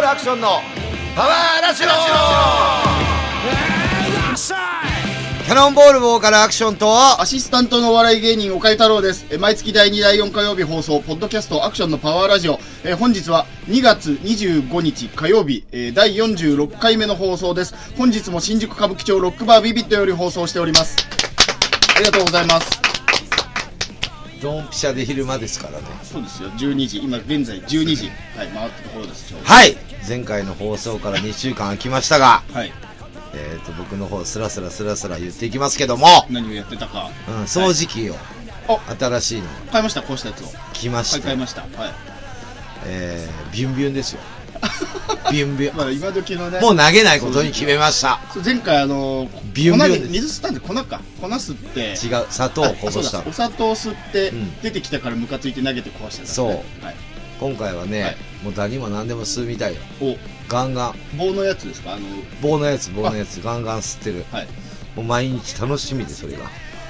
ルアクションのパワーラジオキャノンボール棒からアクションとアシスタントのお笑い芸人、岡井太郎です。えー毎月第2、第4火曜日放送、ポッドキャストアクションのパワーラジオ。えー本日は2月25日火曜日、えー第46回目の放送です。本日も新宿歌舞伎町ロックバービビットより放送しております。ありがとうございます。ドンピシャで昼間ですからねそうですよ、12時、今現在12時、はい、回ったところです、ちょうはい前回の放送から2週間空きましたがど。はい、えー、と僕の方スラスラスラスラ言っていきますけども、何をやってたか。うん、掃除機を、あ新しいの買いました、こうしたやつを。来ま買しいて、買いました。はい。えー、ビュンビュンです よビュンビュンまあ、今時のね。もう投げないことに決めましたそう前回あのービュンビュン粉でにす水吸ったんで粉か粉吸って違う砂糖をこぼしたあそうだお砂糖吸って、うん出てきたからムカついて投げて壊したんだねはい、今回はね、はいもうダニも何でも吸うみたいよおガンガン棒のやつですかあの棒のやつ棒のやつガンガン吸ってるはいもう毎日楽しみでそれが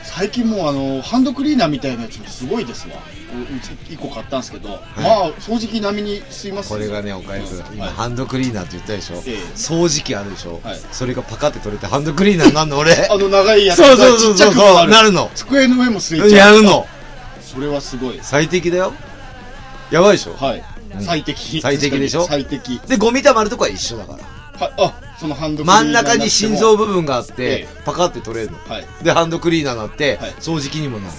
最近もうあのハンドクリーナーみたいなやつもすごいですわううち1個買ったんですけど、いまあ掃除機並みに吸いますこよれがねおかゆくうんん今はいハンドクリーナーって言ったでしょ、ええ掃除機あるでしょ、はいそれがパカって取れてハンドクリーナーになんの俺あの長いやつそうそうそうちっちゃそうくもなるなるの机の上も吸いちやゃうるのそれはすごいです最適だよやばいでしょはい、うん最適最適でしょ最適でゴミ溜まるとこは一緒だからはいあそのハンドクリーナー真ん中に心臓部分があって、えパカって取れるのはいでハンドクリーナーになって、はい掃除機にもなる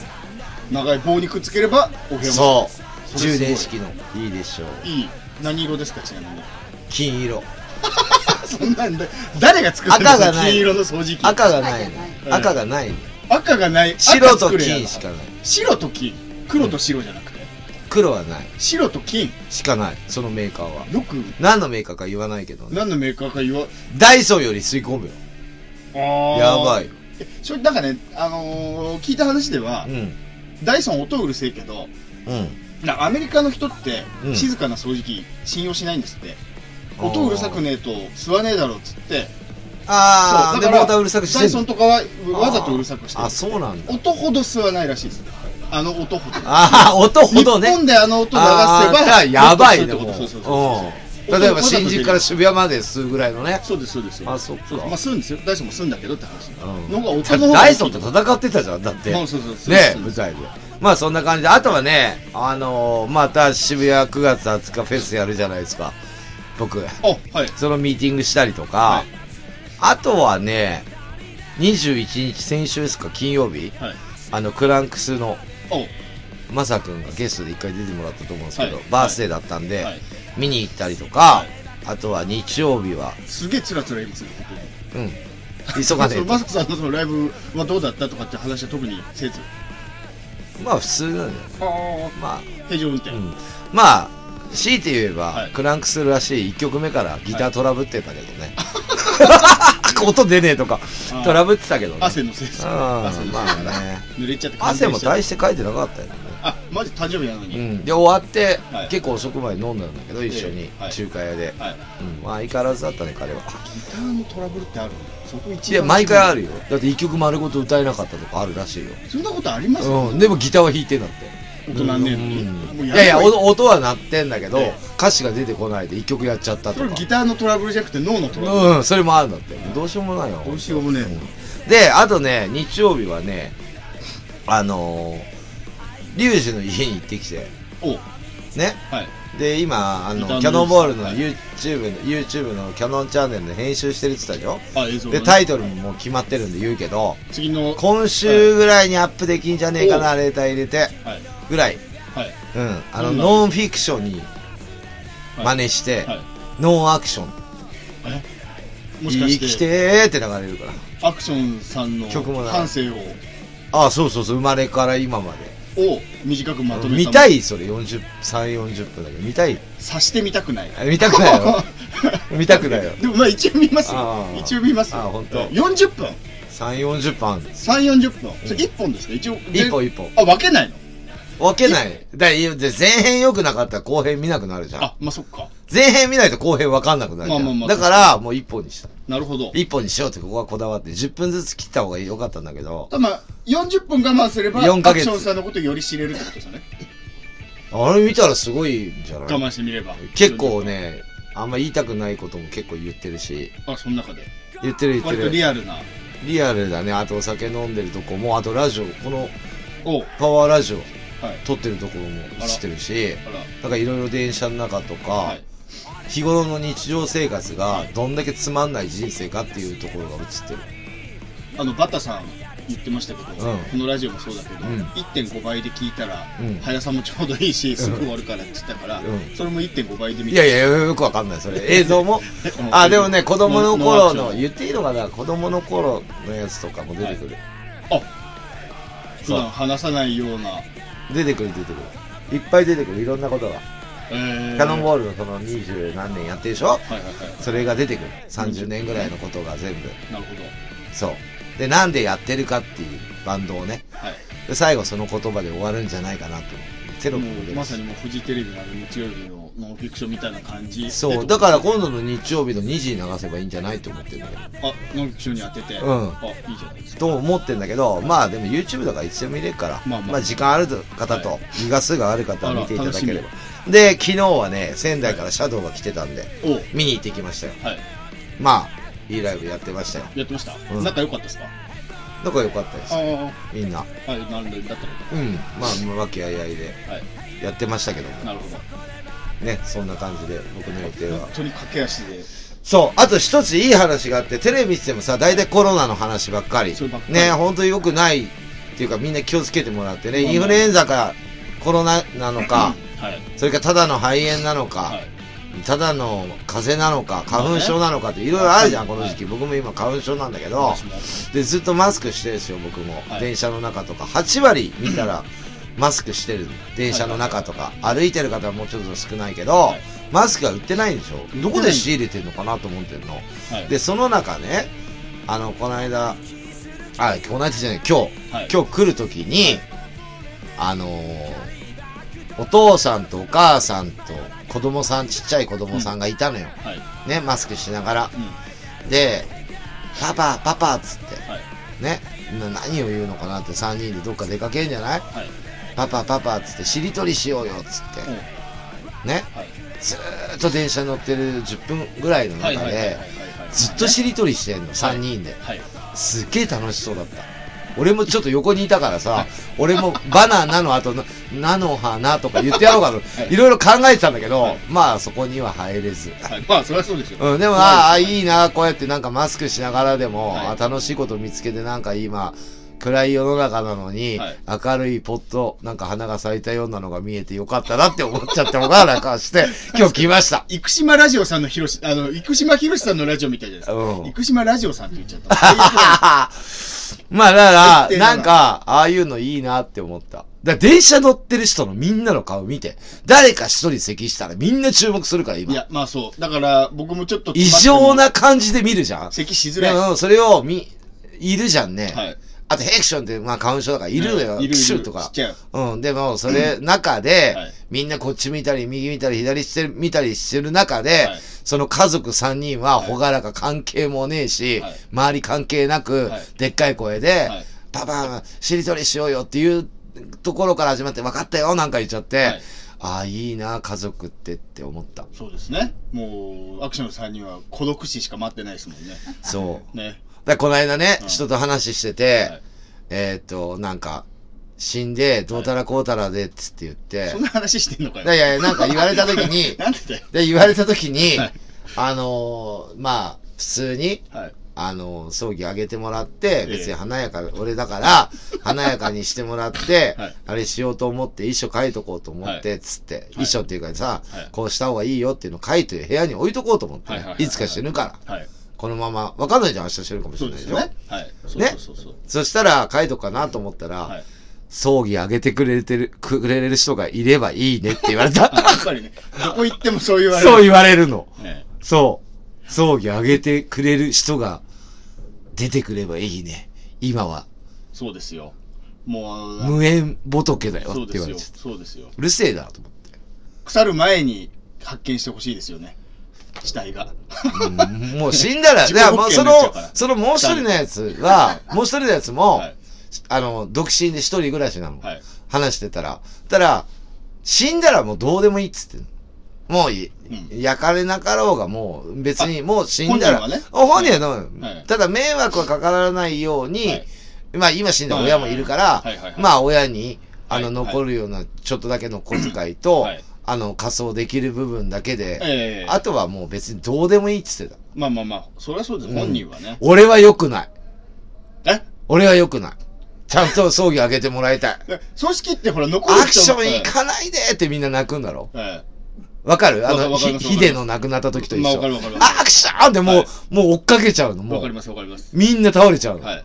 長い棒にくっつければお部屋もそうそれすごい充電式のいいでしょういい何色ですかちなみに金色 そんなんだ誰が作ってるんです赤がかない金色の掃除機赤赤がないのうん赤がないのがない白赤と作れや金しかない白と金黒と白じゃなくて、黒はない白と金しかないそのメーカーはよく何のメーカーか言わないけどね何のメーカーか言わダイソーより吸い込むよあやばいいよそれなんかね、あのー聞いた話では、うんダイソン音うるせえけどうんなんかアメリカの人ってうん静かな掃除機信用しないんですって、音うるさくねえと吸わねえだろっつってああそでうだからモーターうるさくしてダんイのソンとかはわざとうるさくしてるあそうなんだ音ほど吸わないらしいですあの音 ほどああ音ほどね日本であの音流せあーばあーやばいねもっもとう吸うってこうとん例えば新宿から渋谷まで吸うぐらいのねそうですそうですそうですそうですあそっかうですまあ吸うんですよ大将も吸うんだけどって話うんのが音の方がダイソンと戦ってたじゃんだってそうそうそうそうねそう舞です台でまあそんな感じであとはねあのー、また渋谷9月20日フェスやるじゃないですか僕あはいそのミーティングしたりとか、はいあとはね21日先週ですか金曜日はいあのクランクスのおマサ君がゲストで一回出てもらったと思うんですけど、はいバースデーだったんで、はい見に行ったりとか、はいあとは日曜日はすげえつらつら言 いますね僕ねうん急がねそえのとマスクさんのそのライブはどうだったとかって話は特にせずまあ普通なんだよまあ平常運転うん、まあ強いて言えば、はいクランクするらしい1曲目からギタートラブってたけど ね、音出ねえとかあートラブってたけどね汗のせいですね汗うんのませいあね濡れちゃって感汗染もしちゃっ大して書いてなかったよね、たあマジ誕生日なうのにん、で終わって、はい結構遅くまで飲んだんだけど一緒に、ええはい中華屋で、はいうん、まあ相変わらずだったね彼はギターのトラブルってあるんだそこ一いや番毎回あるよだって1曲丸ごと歌えなかったとかあるらしいよ、そんなことありますうん、でもギターは弾いてんだって大人ねえのにもう、うんいやめろやいや音音は鳴ってんだけど、ええ歌詞が出てこないで1曲やっちゃったそとれかギターのトラブルじゃなくて脳のトラブルうん、それもあるんだって。どうしようもないよ。どうしようもねえうんで、あとね、日曜日はね、あのー、リュウジの家に行ってきて、おね。はいで、今、あの、ギターのキャノンボールのはい YouTube の、YouTube のキャノンチャンネルで編集してるって言ったでしょあ映像で、タイトルももう決まってるんで言うけど、次の今週ぐらいにアップできんじゃねえかな、レーター入れて、はいぐらい。はいうん。あどの、んなノンフィクションにはい真似して、はいノンアクション、もしか生きしててーって流れるから。アクションさんの曲もない感性をああそうそうそう生まれから今までを短くまとめ見たいそれ4340分だけど見たいさしてみたくないあ見たくない よ見たくないよでもまあ一応見ますよあー一応見ますよあーほんと40分340分あんの340分それ1本ですか一応一本全一本あ分けないの分けないだいやで前編良くなかったら後編見なくなるじゃんあまあそっか前編見ないと後編分かんなくなるじゃん、まあまあまあだからもう一本にしたなるほど一本にしようってここはこだわって10分ずつ切った方が良かったんだけどまあ40分我慢すれば四アヶク月ションさんのことをより知れるってことですよねあれ見たらすごいんじゃな我い慢してみれば結構ねあんま言いたくないことも結構言ってるし、あその中で言ってる言っ割てとる。リリアルなアルだね。あとお酒飲んでるとこも、あとラジオ、このおうパワーラジオはい撮ってるところも映ってるし、あらなんかいろいろ電車の中とか、はい日頃の日常生活がどんだけつまんない人生かっていうところが映ってる。あのバタさん言ってましたけど、うんこのラジオもそうだけど、うん1.5倍で聞いたら、うん速さもちょうどいいしすぐ終わるからって言ったから、うんそれも1.5倍で見いてやいや、よくわかんない、それ。映像もうん あ、でもね、子供の頃ノの、ア言っていいのかな、子供の頃のやつとかも出てくる。普段話さないような、出てくる、出てくる。いっぱい出てくる、いろんなことが。えーキャノンボールのその二十何年やってるでしょはいはいはそれが出てくる。30年ぐらいのことが全部。いなるほどそう。で、なんでやってるかっていうバンドをね。はいで、最後その言葉で終わるんじゃないかなと。テロップもも出うるまさにもうフジテレビのあの日曜日のノンフィクションみたいな感じそう。でだから今度の日曜日の2時に流せばいいんじゃないと思ってるんだけど。あノンフィクションに当てて、うんあいいじゃないですかと思ってんだけど、まあでも YouTube だからいつでも見れるから、ままああまあ時間ある方はと、気が数がある方は見ていただけれあらば。で、昨日はね、仙台からシャドウが来てたんで、おう見に行ってきましたよ。はいまあ、いいライブやってましたよ。やってました、うん仲良かったですかだから良かったですああ。はみんな。いなんでだったらうん。まあ、和気あいあいではいやってましたけども。なるほどね、そんな感じで僕の予定は本。当に駆け足でそう。あと一ついい話があって、テレビ見ててもさ、大体コロナの話ばっかりそればっか。りね、本当に良くないっていうか、みんな気をつけてもらってね、まあまあインフルエンザか、コロナなのか、はいそれからただの肺炎なのか、はいただの風邪なのか、花粉症なのかっていろいろあるじゃん、はこいの時期。僕も今花粉症なんだけど、私もで、ずっとマスクしてるんですよ、僕も。はい電車の中とか、8割見た ら、マスクしてる。電車の中とか、歩いてる方はもうちょっと少ないけど、はいマスクは売ってないんでしょどこで売ってない仕入れてるのかなと思ってるの。はいで、その中ね、あの、この間、あ、この間じゃない、今日、はい今日来るときに、あのーお父さんとお母さんと子供さん、ちっちゃい子供さんがいたのよ。はいね、マスクしながら。うんで、パパ、パパっつって、はいね、な何を言うのかなって3人でどっか出かけんじゃないはいパパ、パパっつって、しりとりしようよっつって、うんね、はいずーっと電車乗ってる10分ぐらいのはいは中いはいはいはいで、ずっとしりとりしてんの、3人で。はいすっげえ楽しそうだった。俺もちょっと横にいたからさ、俺もバナナの後の、菜の花とか言ってやろうかと、いいろいろ考えてたんだけど、はいまあそこには入れず。はいまあそれはそうですようん、でも、ああ、いいな、こうやってなんかマスクしながらでも、はいあ楽しいこと見つけてなんか今、暗い世の中なのに、はい明るいポット、なんか花が咲いたようなのが見えてよかったなって思っちゃったのが、なんかして、今日来ました。生島ラジオさんのひろし、あの、生島ひろしさんのラジオみたいじゃないですか。うん生島ラジオさんって言っちゃった。最悪だ まあだから、言ってるのがなんか、ああいうのいいなって思った。だから電車乗ってる人のみんなの顔見て、誰か一人席したらみんな注目するからい今。や、まあそう。だから、僕もちょっと。異常。な感じで見るじゃん。咳しづらい。はうん、それを見、いるじゃんね。い。あとヘクションって、まあ花粉症だからいるのよ。いるいるクシューとちかっ。ちゃい。うん、でも、それ、中で、はいみんなこっち見たり、右見たり、左してる見たりしてる中で、はいその家族3人は、いほがらか関係もねえし、はい周り関係なく、はいでっかい声で、はいパパ、しりとりしようよっていうところから始まって、分かったよなんか言っちゃって、はいああ、いいな、家族ってって思った。そうですね。もう、アクションさんには孤独死しか待ってないですもんね。そう。ね。だからこの間ね、うん人と話してて、はいえーっ、と、なんか、死んで、どうたらこうたらで、っつって言って、そんな話してんのかいやいよ。、やいや、なんか言われた時に なんでだよ。で、言われた時に、はいあのーまあ、普通に、はい。あのー葬儀あげてもらって、え別に華やか、俺だ から、華やかにしてもらって、はいあれしようと思って、衣装書いとこうと思って、つって、衣装っていうかさ、はいこうした方がいいよっていうの書いて、部屋に置いとこうと思ってね、はいいはいはいつか死ぬから。はい。このまま、わかんないじゃん、明日死ぬかもしそれうなでいですしよょ。ね。はい。そうそうそうそう。そしたら、書いとくかなと思ったら、はい。葬儀あげてくれてる、くれる人がいればいいねって言われあた。やっぱ りね、どこ行っても そう言われる。そう言われるの。ね。そう。葬儀あげてくれる人が出てくればいいね。今はそうですよ。もうあのな、無縁仏だよっそうてで言わすれよ。ちゃった。そうですよ。うるせえなと思って。腐る前に発見してほしいですよね。死体が。うんもう死んだら、 自で己もう保険そにのなっちゃうから、そのもう一人のやつは、もう一人のやつも、はい。あの、独身で一人暮らしなの。はい。話してたら。たら、死んだらもうどうでもいいっつってんのもうい、う焼かれなかろうがもう、別にもう死んだら、本人はねお本人はどうはいただ迷惑はかからないように、はいまあ今死んだ親もいるから、はいはいはいまあ親に、あのはい残るようなちょっとだけの小遣いと、はいあの仮装できる部分だけで、ええあとはもう別にどうでもいいって言ってた。まあまあまあ、それはそうです。うん本人はね。俺は良くない。え俺は良くない。ちゃんと葬儀あげてもらいた い。組織ってほら、残るアクシ人ョン行かないでってみんな泣くんだろええわかるあわかるの、わかひりますヒデの亡くなった時と一まあ、わ緒か。るわかるわかアクションってもう、はいもう追っかけちゃうの。る。わもかりう、ます、わかります。みんな倒れちゃうの。はい。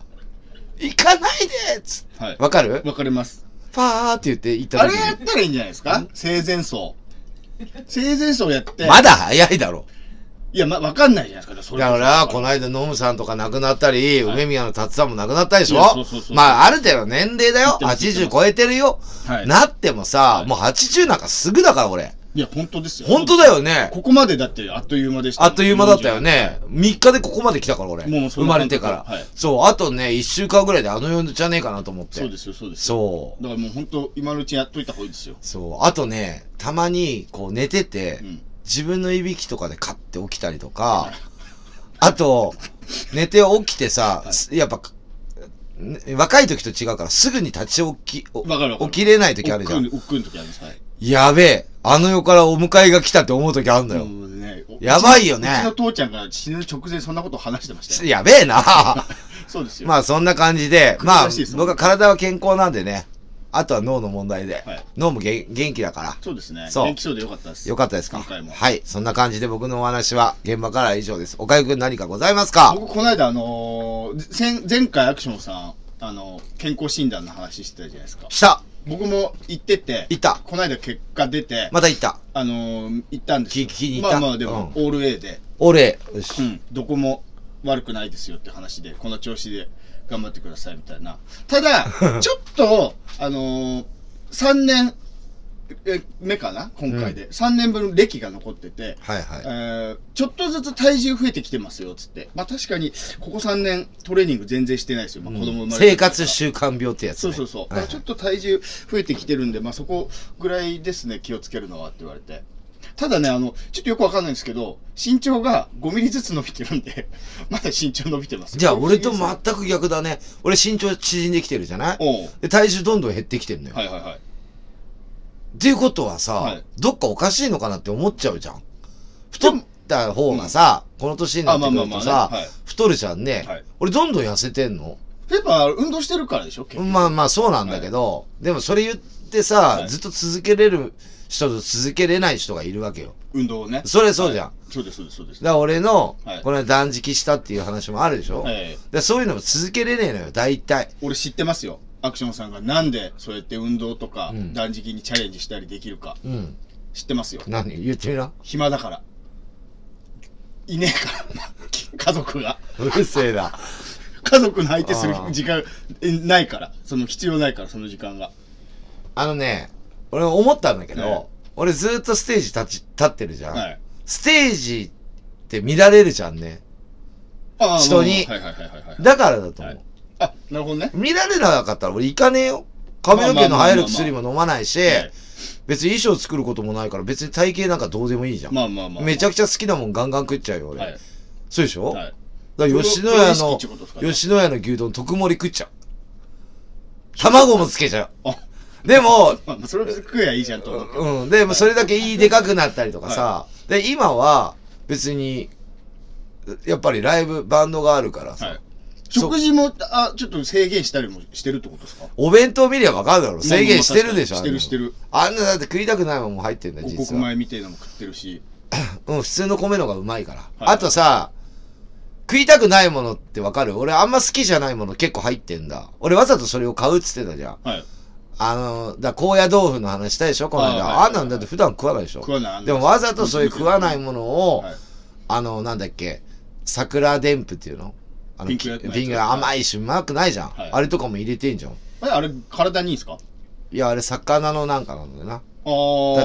行かないでっつってはい。わかるわかります。パーって言って行ったあ時れやっに。たらいいんじゃないですか生前葬。生前葬やって。まだ早いだろ。いや、ま、わかんないじゃないですか。それだから、このの。間、ノムさんとか亡くなったり、はい梅宮の達さんも亡くなったでしいょやそうそうそうまあ、ある程度年齢だよ。知ってます知って80ます超えてるよ。はい。なってもさ、はいもう80なんかすぐだから、俺。いや、本当ですよ。本当だよね。ここまでだって、あっという間でした。あっという間だったよ。ね。3日でここまで来たから、俺。もうそ生んなま感れ覚てから。はいそう、あとね、1週間ぐらいであの世じゃねえかなと思って。そうですよ、そうですよ。そう。だからもう本当、今のうちにやっといた方がいいですよ。そう。あとね、たまに、こう寝てて、うん。自分のいびきとかでカッて起きたりとか、あと、寝て起きてさ、すやっぱ、ね若い時と違うから、すぐに立ち起き、おわかるわ起かる。きれない時あるじゃん。おっくんおっくん時あります。はい。やべえ、あの世からお迎えが来たって思う時あるんだよ。もうねおやばいよねうちの父ちゃんが死ぬ直前そんなこと話してましたよ。やべえ なそうですよ。まあそんな感じで、まあ苦しいですもん僕は体は健康なんでね、あとは脳の問題で、はい脳もげん元気だから、そうですね。そう元気そうでよかったです。よかったですか今回もはい。そんな感じで僕のお話は現場からは以上です。おかゆくん何かございますか僕、この間、あのー、前前回アクションさん、あのー、健康診断の話してたじゃないですか。した僕も行ってて、行ったこの間結果出て、また行ったあのー、行ったんですよ聞きに行ったまあまあ、でも、うオール A で、俺、よしうん、どこも悪くないですよって話で、この調子で頑張ってくださいみたいな。ただ、ちょっと、あのー、3年え目かな今回で。3年分歴が残ってて、はいはい。えーちょっとずつ体重増えてきてますよ、つって。まあ確かに、ここ3年トレーニング全然してないですよ。まあ子供生まれてから生活習慣病ってやつ、そね。うそうそう。だはいからはいちょっと体重増えてきてるんで、まあそこぐらいですね、気をつけるのはって言われて。ただね、あの、ちょっとよくわかんないんですけど、身長が5ミリずつ伸びてるんで、 まだ身長伸びてます。じゃあ俺とま全く逆だね。俺身長縮んできてるじゃないおうで体重どんどん減ってきてるのよ。はいはいはい。っていうことはさ、はいどっかおかしいのかなって思っちゃうじゃん。で太もった方がさ、この年になあ、ってまあくまあるとまさ、あね。はい。太るじゃんね、はい俺どんどん痩せてんのやっぱ運動してるからでしょ結局。まあまあそうなんだけど、でもそれ言ってさ、はいずっと続けれる人と続けれない人がいるわけよ。運動をね。それそうじゃん。はいそうですそうですそうです。だから俺の、はいこの間断食したっていう話もあるでしょ、ええでそういうのも続けれねえのよ、大体。俺知ってますよ。アクションさんがなんでそうやって運動とかうん断食にチャレンジしたりできるかうん。知ってますよ。何言ってみな。暇だから。いねえから、 家族が。うるせえな。家族の相手するあー時間えないから、その必要ないから、その時間が。あのね、俺思ったんだけど、え俺ずっとステージ立ち、立ってるじゃん。はい。ステージって見られるじゃんね。あー人にはいはいはいはいはい。だからだと思う。はいあ、なるほどね。見られなかったら俺行かねえよ。髪の毛の生える薬も飲まないし、え別に衣装作ることもないから別に体型なんかどうでもいいじゃん。まあまあまあ。めちゃくちゃ好きなもんガンガン食っちゃうよ俺。はい。そうでしょ、はい。だから吉野家プロ意識のってことですか、ね吉野家の牛丼特盛り食っちゃう。卵もつけちゃあ、う。でも、まあまあ、それ食えばいいじゃんと思うけど。うん、でもそれだけいいでかくなったりとかさ、で、今は別に、やっぱりライブ、バンドがあるからさ、はい。そう食事も、あ、ちょっと制限したりもしてるってことですかお弁当見りゃわかるだろ。制限してるでしょ、してるしてる。る。あんなだって食いたくないもんも入ってんだよ、五実穀は。米みたいなのも食ってるし。うん、普通の米の方がうまいから。はいあとさ、食いたくないものってわかる俺あんま好きじゃないもの結構入ってんだ。俺わざとそれを買うっつってたじゃん。はい。あの、だ高野豆腐の話したでしょこの間。ああ,、はいはいんなんだって普段食わないでしょ食わないあんなでもわざとそういう食わないものを、はい。あの、なんだっけ、桜でんぷっていうのあのピンクのやつピンクの甘いし、うまくないじゃん、はいあれとかも入れてんじゃん。あれ、あれ体にいいんですかいや、あれ魚のなんかなんだよな。あだ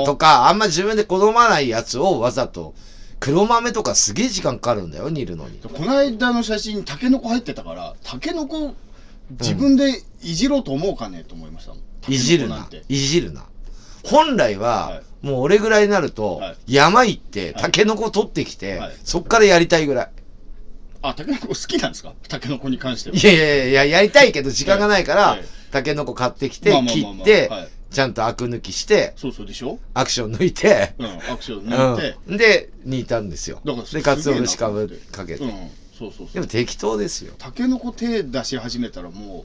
ーとか、あんま自分で好まないやつをわざと、黒豆とかすげえ時間かかるんだよ、煮るのに。この間の写真タケノコ入ってたからタケノコ自分でいじろうと思うかねと思いましたもん、タケノコいじるんなて。いじるな。本来は、はいもう俺ぐらいになると、はい山行って、はいタケノコ取ってきて、はいそっからやりたいぐらい。あ、タケノコ好きなんですかタケノコに関しては。いやいやいや、やりたいけど時間がないから、はいタケノコ買ってきてまあ、まあまあ切まあって、はいちゃんとアク抜きして、そうそうでしょアクション抜いて、うん、アクション抜いて。うん、で、煮たんですよ。だからすで、かつお節すげかえなと思っぶてかけて。うん、そうそうそでうも。適当ですよ。タケノコ手出し始めたらも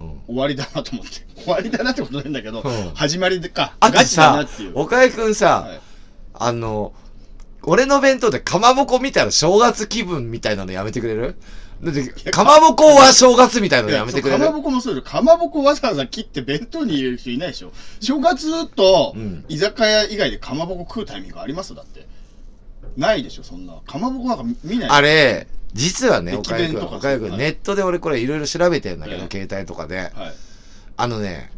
ううん終わりだなと思って。終わりだなってことないんだけど、うん始まりでか。あとガチだなさってい、う。岡井くんさ、はいあの、俺の弁当でかまぼこ見たら正月気分みたいなのやめてくれるだって、かまぼこは正月みたいなのやめてくれいやそるうかまぼこもそうですよかまぼこわざわざ切って弁当に入れる人いないでしょ。正月とうん居酒屋以外でかまぼこ食うタイミングありますだって。ないでしょ、そんな。かまぼこなんか見ない。あれ、実はね、駅岡井弁くん、とか岡井くはん、いネットで俺これいろいろ調べてんだけど、え携帯とかで。はい。あのね、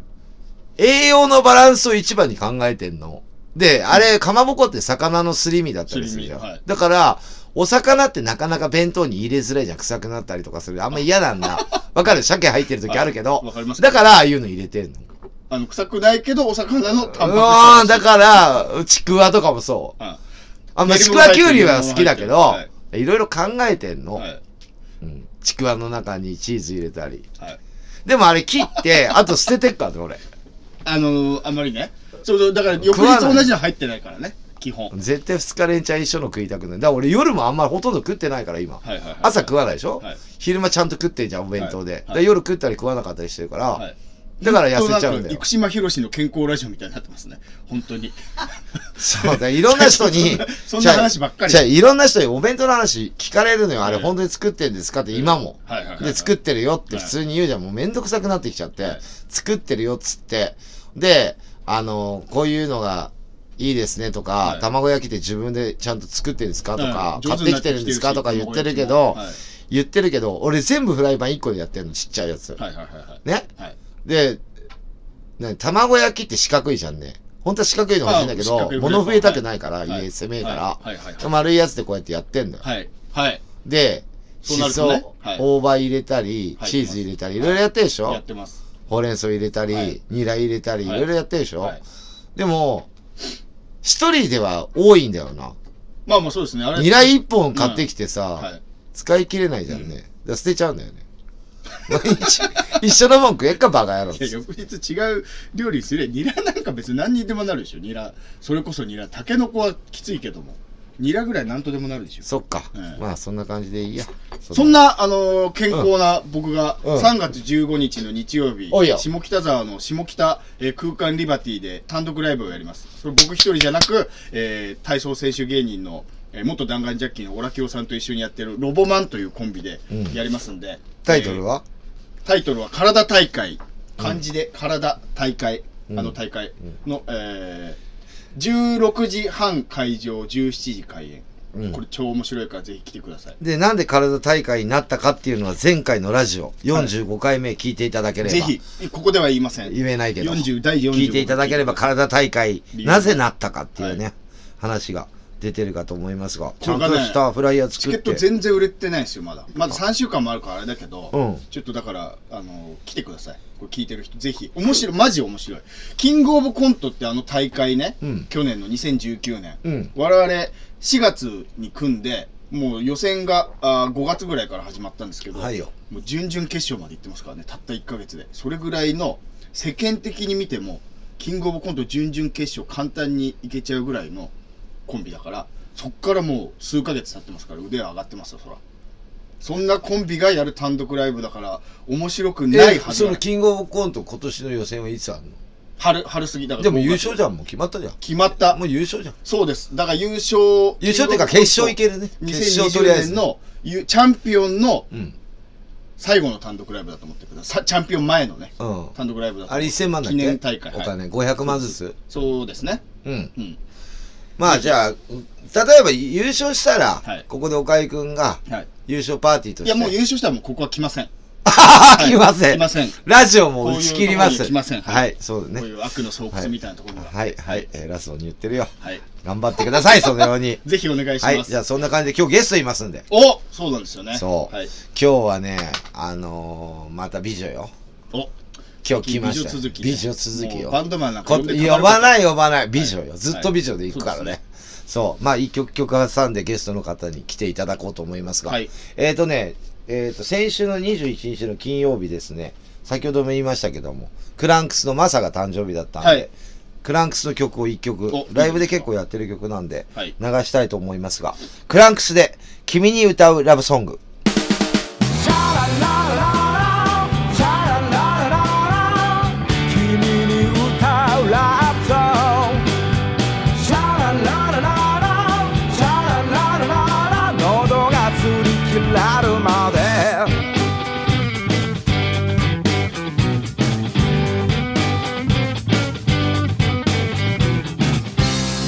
栄養のバランスを一番に考えてんの。で、あれ、かまぼこって魚のすり身だったりするじゃん。すり身はいだから、お魚ってなかなか弁当に入れづらいじゃん。臭くなったりとかする。あんま嫌なん だ。わかる鮭入ってる時あるけど。はいわかりますだから、ああいうの入れてんの。あの、臭くないけど、お魚のタンうパーん、だから、ちくわとかもそう。はいあんま練りちく物入わっきてるゅうりは好きだけど、、はいろいろ考えてんの、はい。うん。ちくわの中にチーズ入れたり。はい。でもあれ切って、あと捨ててっからね、俺。あのー、あんまりね。そうそう、だから翌日同じの入ってないからね、基本。はい絶対二日連チャン一緒の食いたくない。だから俺夜もあんまりほとんど食ってないから今。はいはい。朝食わないでしょ、はい昼間ちゃんと食ってんじゃん、お弁当で。はいはいだから夜食ったり食わなかったりしてるから、はい。だから痩せちゃうんだなんよか。生島博士の健康ラジオみたいになってますね。本当に。そうだ、いろんな人にそんな、 そんな話ばっかりじゃあ、じゃあいろんな人にお弁当の話聞かれるのよ。あれ、はい本当に作ってんですかって、今も。はいはいはいはいで、作ってるよって普通に言うじゃん。もうめんどくさくなってきちゃってはい、作ってるよっつって。で、あの、こういうのが、いいですねとかは、い卵焼きって自分でちゃんと作ってるんですかとかは、い買ってきてるんですかとか言ってるけど、はい言ってるけど、俺全部フライパン1個でやってるの、ちっちゃいやつ。はいはいはいはい。ねはい。で、ね、卵焼きって四角いじゃんね。本当は四角いの欲しいんだけあ四ど角い、フライパン物増えたくないから、はい家狭いから、はいはいはい丸いやつでこうやってやってんだよ。はい。はい。で、そうしなるとそ、ねはい大葉入れたり、はいチーズ入れたり、いろいろやってるでしょ、やってます。ほうれん草入れたり、はいニラ入れたり、いはいろいろやってるでしょ、はい。でも、一人では多いんだよな。まあまあそうですね。あれ。ニラ一本買ってきてさ、はい。使い切れないじゃんね。だから捨てちゃうんだよね。毎日、 一緒のもん食えっか、バカ野郎っいやつって。翌日違う料理すればニラなんか別に何にでもなるでしょニラそれこそニラタケノコはきついけどもニラぐらい何とでもなるでしょそっか。うんまあ、そんな感じでいいや。そんな、あのー健康な僕が、うん3月15日の日曜日、おいよ下北沢の下北、えー空間リバティで単独ライブをやります。それ僕一人じゃなく、えー体操選手芸人の、えー元弾丸ジャッキーのオラキオさんと一緒にやってるロボマンというコンビでうんやりますんで。タイトルは、は、タイトルは体大会。漢字で体大会。うんあの大会の、えー16時半会場、17時開演。うんこれ超面白いからぜひ来てください。で、なんで体大会になったかっていうのは前回のラジオ、45回目聞いていただければ、ぜひ、ここでは言いません。言えないけど、 40第40聞いていただければ体大会、理由なぜなったかっていうね、話が出てるかと思いますが、ちゃんとしたフライヤーチ作ケっットて。全然売れてないですよまだまだ3週間もあるからあれだけど、うんちょっとだからあの来てくださいこれ聞いてる人ぜひ面白いマジ面白いキングオブコントってあの大会ね、うん去年の2019年、うん我々4月に組んでもう予選があ5月ぐらいから始まったんですけど、はいよもう準々決勝まで行ってますからねたった1ヶ月でそれぐらいの世間的に見てもキングオブコント準々決勝簡単にいけちゃうぐらいのコンビだからそっからもう数ヶ月経ってますから腕は上がってますよそらそんなコンビがやる単独ライブだから面白くないえ、はずそなのいキングオブコント今年の予選はいつあるの春春過ぎだからでも優勝じゃゃん、もう決まったじゃん。決まったもう優勝じゃん。そうですだから優勝優勝っていうか決勝いけるね。決勝とりあ2020えず年。のゆチャンピオンのうん。最後の単独ライブだと思ってくださいチャンピオン前のねうん。単独ライブだとあれ1000万だっけ記念大会お金500万ずつ。そうですねうん。うんまあじゃあ、例えば優勝したら、はいここで岡井くんがはい優勝パーティーといして。やもう優勝したらもうここは来ませんあー来ませ来ん。ませんラジオも打ち切りまこす。ういうところに来ませんははいい、そうだこういね。う悪の巣窟みたいなところがははい、はい、えーラストに言ってるよ。い、頑張ってくださ い、そのように。ぜひお願いしはまい、じす、ゃあそんな感じで今日ゲストいますんで。おそうなんですよねそうはい、今日はね、あのーまた美女よ。お今日来ました美女続きね美女続きもうよバンドマンなんかこ呼んで呼ばいない呼ばない美女よ、ずっと美女で行くからね、はいそうまあいい曲曲挟んでゲストの方に来ていただこうと思いますが、はいえっ、ー、とねえっ、と先週の21日の金曜日ですね先ほども言いましたけどもクランクスのマサが誕生日だったんで、はいクランクスの曲を1曲おライブで結構やってる曲なんではい流したいと思いますがクランクスで「君に歌うラブソング」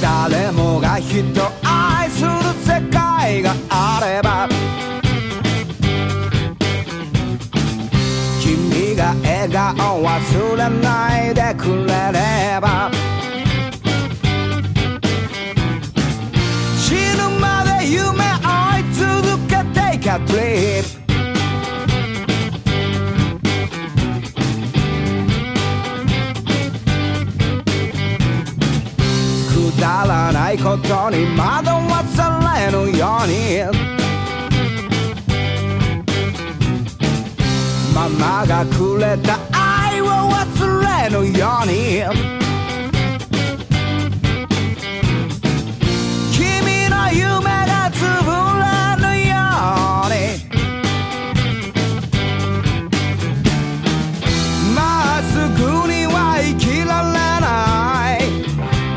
誰もが人を愛する世界があれば君が笑顔忘れないでくれれば死ぬまで夢追い続けていけ Trip くだらないことに惑わされぬようにママがくれた愛を忘れぬように君の夢がつぶれぬようにまっすぐには生きられない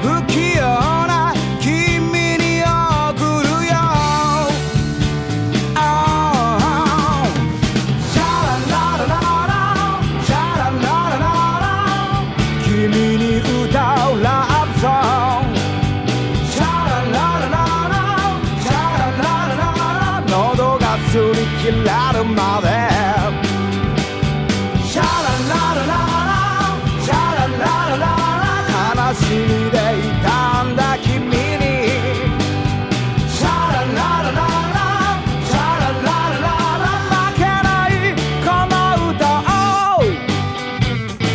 不器用な君に送るよ Oh シャラララララシャラララララ君に歌うラブソングシャラララララシャラララララ喉がすり切られるまでシャラララララシャラララララ悲しみでいたんだ君にシャラララララシャラララララ負けないこの歌を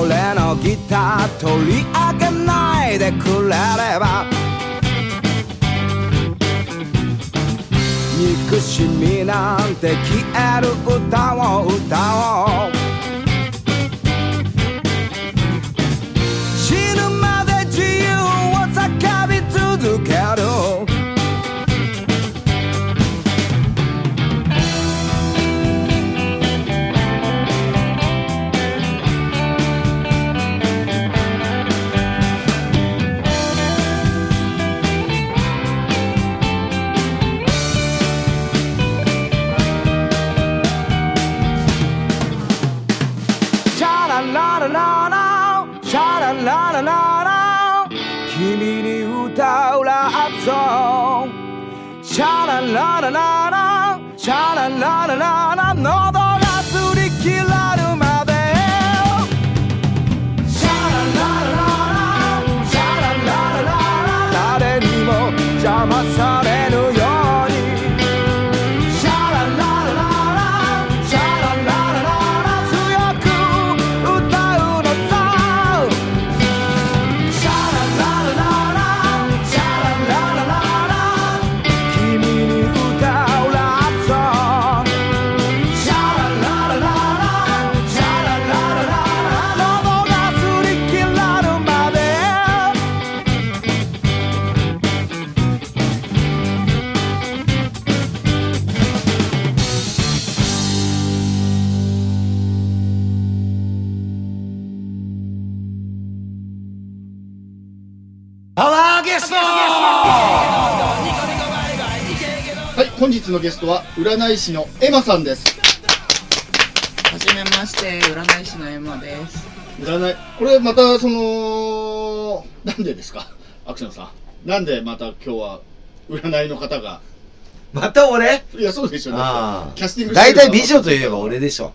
俺のギター取り上げないでくれれば憎しみなんて消える歌を歌おう死ぬまで自由を叫び続けるシャラララララシャラララララ君に歌うラブソングシャラララララシャラララララ喉がすり切られるまでシャラララララシャラララララ誰にも邪魔されぬようにシャラララララシャラララララ強く歌うのさシャラララララシャラララララ君に歌うラブソングシャラララララシャラララララ喉がすり切られるまでパワーゲストはい本日のゲストは占い師のエマさんですはじめまして、占い師のエマです。占いこれまたそのなんでですかアクションさんなんでまた今日は占いの方がまた俺いやそうでしょだっあてあキャスティングして大るから体美女といえば俺でしょ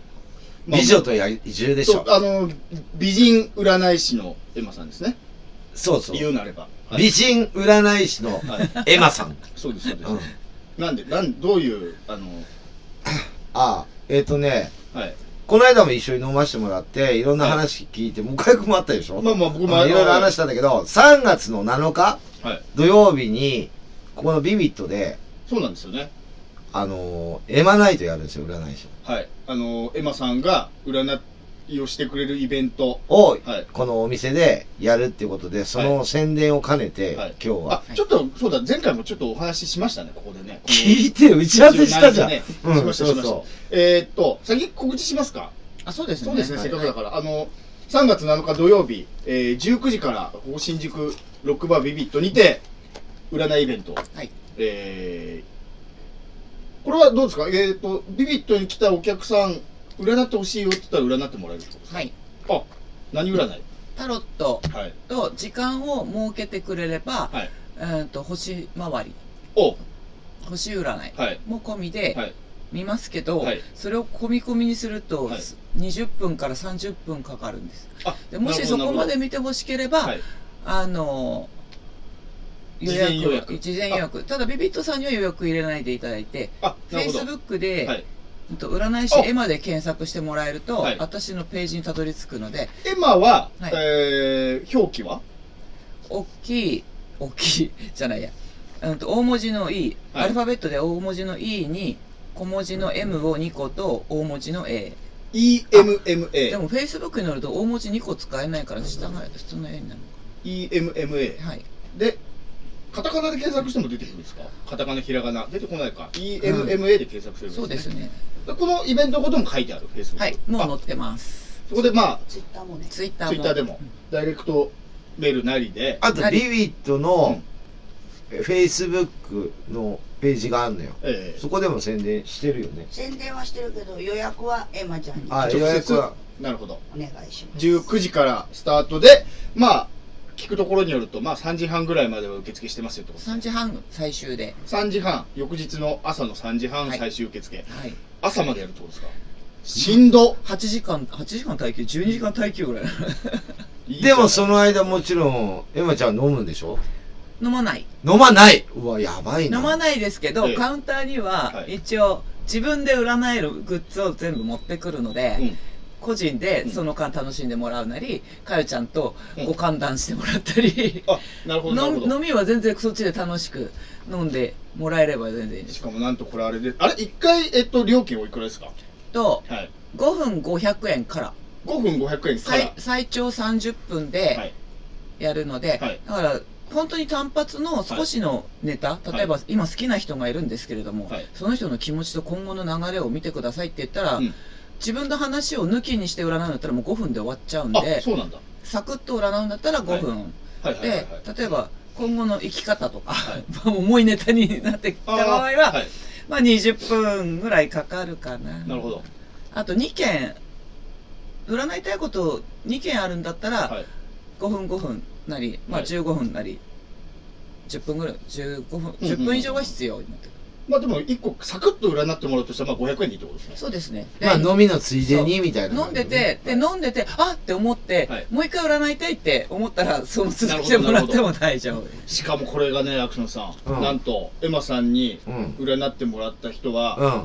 まあ美女と野獣でしょそうあの美人占い師のエマさんですねそうそ言ううなれば、はい美人占い師のはいエマさんそうですそうです、うんなんで、なん、どういう、あの、あ、えっ、とね、はい。この間も一緒に飲ませてもらって、いろんな話聞いて、もう一回もあったでしょまあまあ僕もあのいろいろ話したんだけど、3月の7日、はい。土曜日に、ここのビビットで、そうなんですよね。あのーエマナイトやるんですよ、占い師はい。あの、エマさんが占いをしてくれるイベント。を、はいこのお店でやるっていうことで、その宣伝を兼ねて、はい今日は。あ、ちょっと、そうだ、前回もちょっとお話ししましたね、ここでね。聞いてよ、打ち合わせしたじゃん。ねうんしました、しましたそ。えーっと、先告知しますかあ、そうですね。そうですね、せっかくだかから。あの、3月7日土曜日、えー19時から、ここ新宿ロックバービビットにて、占いイベント。はいえーこれはどうですかえーっと、ビビットに来たお客さん、占ってほしいよって言ったら占ってもらえるってことですはい。かあ、何占いタロットはい。と時間を設けてくれれば、はい。うんと、星回り、お星占いはい。も込みではい見ますけど、はいそれを込み込みにすると、はい20分から30分かかるんです。あ、でもしそこまで見てほしければ、はいあの事前予約事前予約ただビビットさんには予約入れないでいただいてあ、フなェるイほどス。ブックで、はいうんと占い師あエマで検索してもらえると、はい私のページにたどり着くのでエマは、はいえー表記は大きい大きいじゃないや、うん、と大文字の E、はいアルファベットで大文字の E に小文字の M を2個と大文字の A ?EMMA で。もフェイスブックに載ると大文字2個使えないから下が下の A になる EMMA の。かはいで、カタカナで検索しても出てくるんですかカタカナ、ひらがな。出てこないか。EMMA で検索するんです、ねそうですねでこのイベントのことも書いてある、Facebook。はいもう載あってますそこでまあ、ツイッターもね。ツイッターも Twitter でも、ダイレクトメールなりで、あと、何ビビットの、フェイスブックのページがあるのよ。えそこでも宣伝してるよね。宣伝はしてるけど、予約はエマちゃんにおあ、直接予約は。ー、なるほど。願いします。 19時からスタートで、まあ、聞くところによると、まあ3時半ぐらいまでは受付してますよってことです3ね。時半最終で3時半、翌日の朝の3時半はい最終受付。はい朝までやるってことですかしんど。 8時間8時間耐久12時間耐久ぐらいでもその、の間もちろん、エマちゃん飲むんでしょ 飲まない飲まないうわ、やばいな。飲まないですけど、ええカウンターにははい一応自分で占えるグッズを全部持ってくるので、うん個人うでんその間楽しんでもらうなり、かよちゃんとうんご歓談してもらったり、あ、 なるほど、なるほ飲ど。飲みは全然そっちで楽しく飲んでもらえれば全然いいですしかもなんとこれあれで、あれ、一回、えっと、料金おいくらですかとはい。 5分500円から5分500円から。最最長30分はでいやるので、はいだから本当に単発の少しのネタ、い例えば今好きな人がいるんですけれども、はいその人の気持ちと今後の流れを見てくださいって言ったら、うん自分の話を抜きにして占うんだったらもう5分で終わっちゃうんあ、でそうなんだ。サクッと占うんだったら5分、はいはいで、はい、はい。例えば今後の生き方とか、 はいまあ重いネタになってきたあー場合は、はい。まあ、20分ぐらいかかるかな。なるほど。あと2件占いたいこと2件あるんだったら、はい。 5分5分なり、まあ、はい15分なり、10分ぐらい15分うんうん10分以上は必要になってくる、まあでも、一個、サクッと占ってもらうとしたら、まあ500円でいいってことですね。そうですねでまあ飲みのついでに、みたいな。飲んでて、で飲んでてあって思って、はいもう一回占いたいって思ったらその続きでもらっても大丈夫しかもこれがね、アクションさん。うんなんと、エマさんにうん。占ってもらった人は、うん。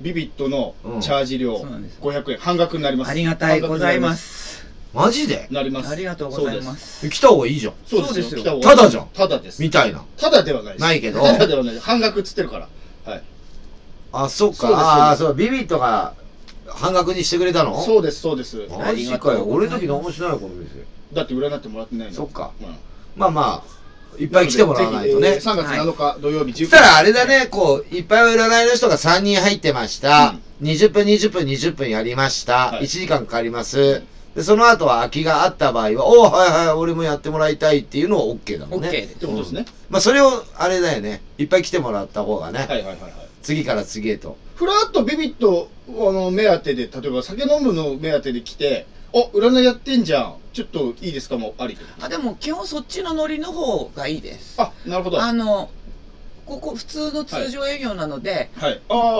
ビビットのうんチャージ料そうなんです500円、半額になります。ありがたいございますマジで半額になります。なります。。ありがとうございますす来た方がいいじゃん。そうですよ。そうですよ来た方がただじゃんただです。みたいな。ただではないです。ないけどただではないです。半額っつってるから。はい。あ、そっそうですか。あーそそう、ビビットが半額にしてくれたのそうです、そうです。マジかよ。俺の時何もしないよ、この店。だって占ってもらってないの。そっか。うん。いっまあまあ、いっぱい来てもらわないとね。 3月7日土曜日19そしたらあれだね、こう、いっぱい占いの人が3人入ってました。20分、20分、20分やりました。は1い時間かかります。で、その後は空きがあった場合は、おお、はいはい、俺もやってもらいたいっていうのを OK だもんね。 OK でってことですね。まあ、それを、あれだよね。いっぱい来てもらった方がね、はいはいはいはい。次から次へと。ふらっとビビッと、あの、目当てで、例えば酒飲むの目当てで来て、お、占いやってんじゃん。ちょっといいですかもありってことあでも基本そっちのノリの方がいいですあ、なるほど。はあのここ普通の通常営業なので、い。あ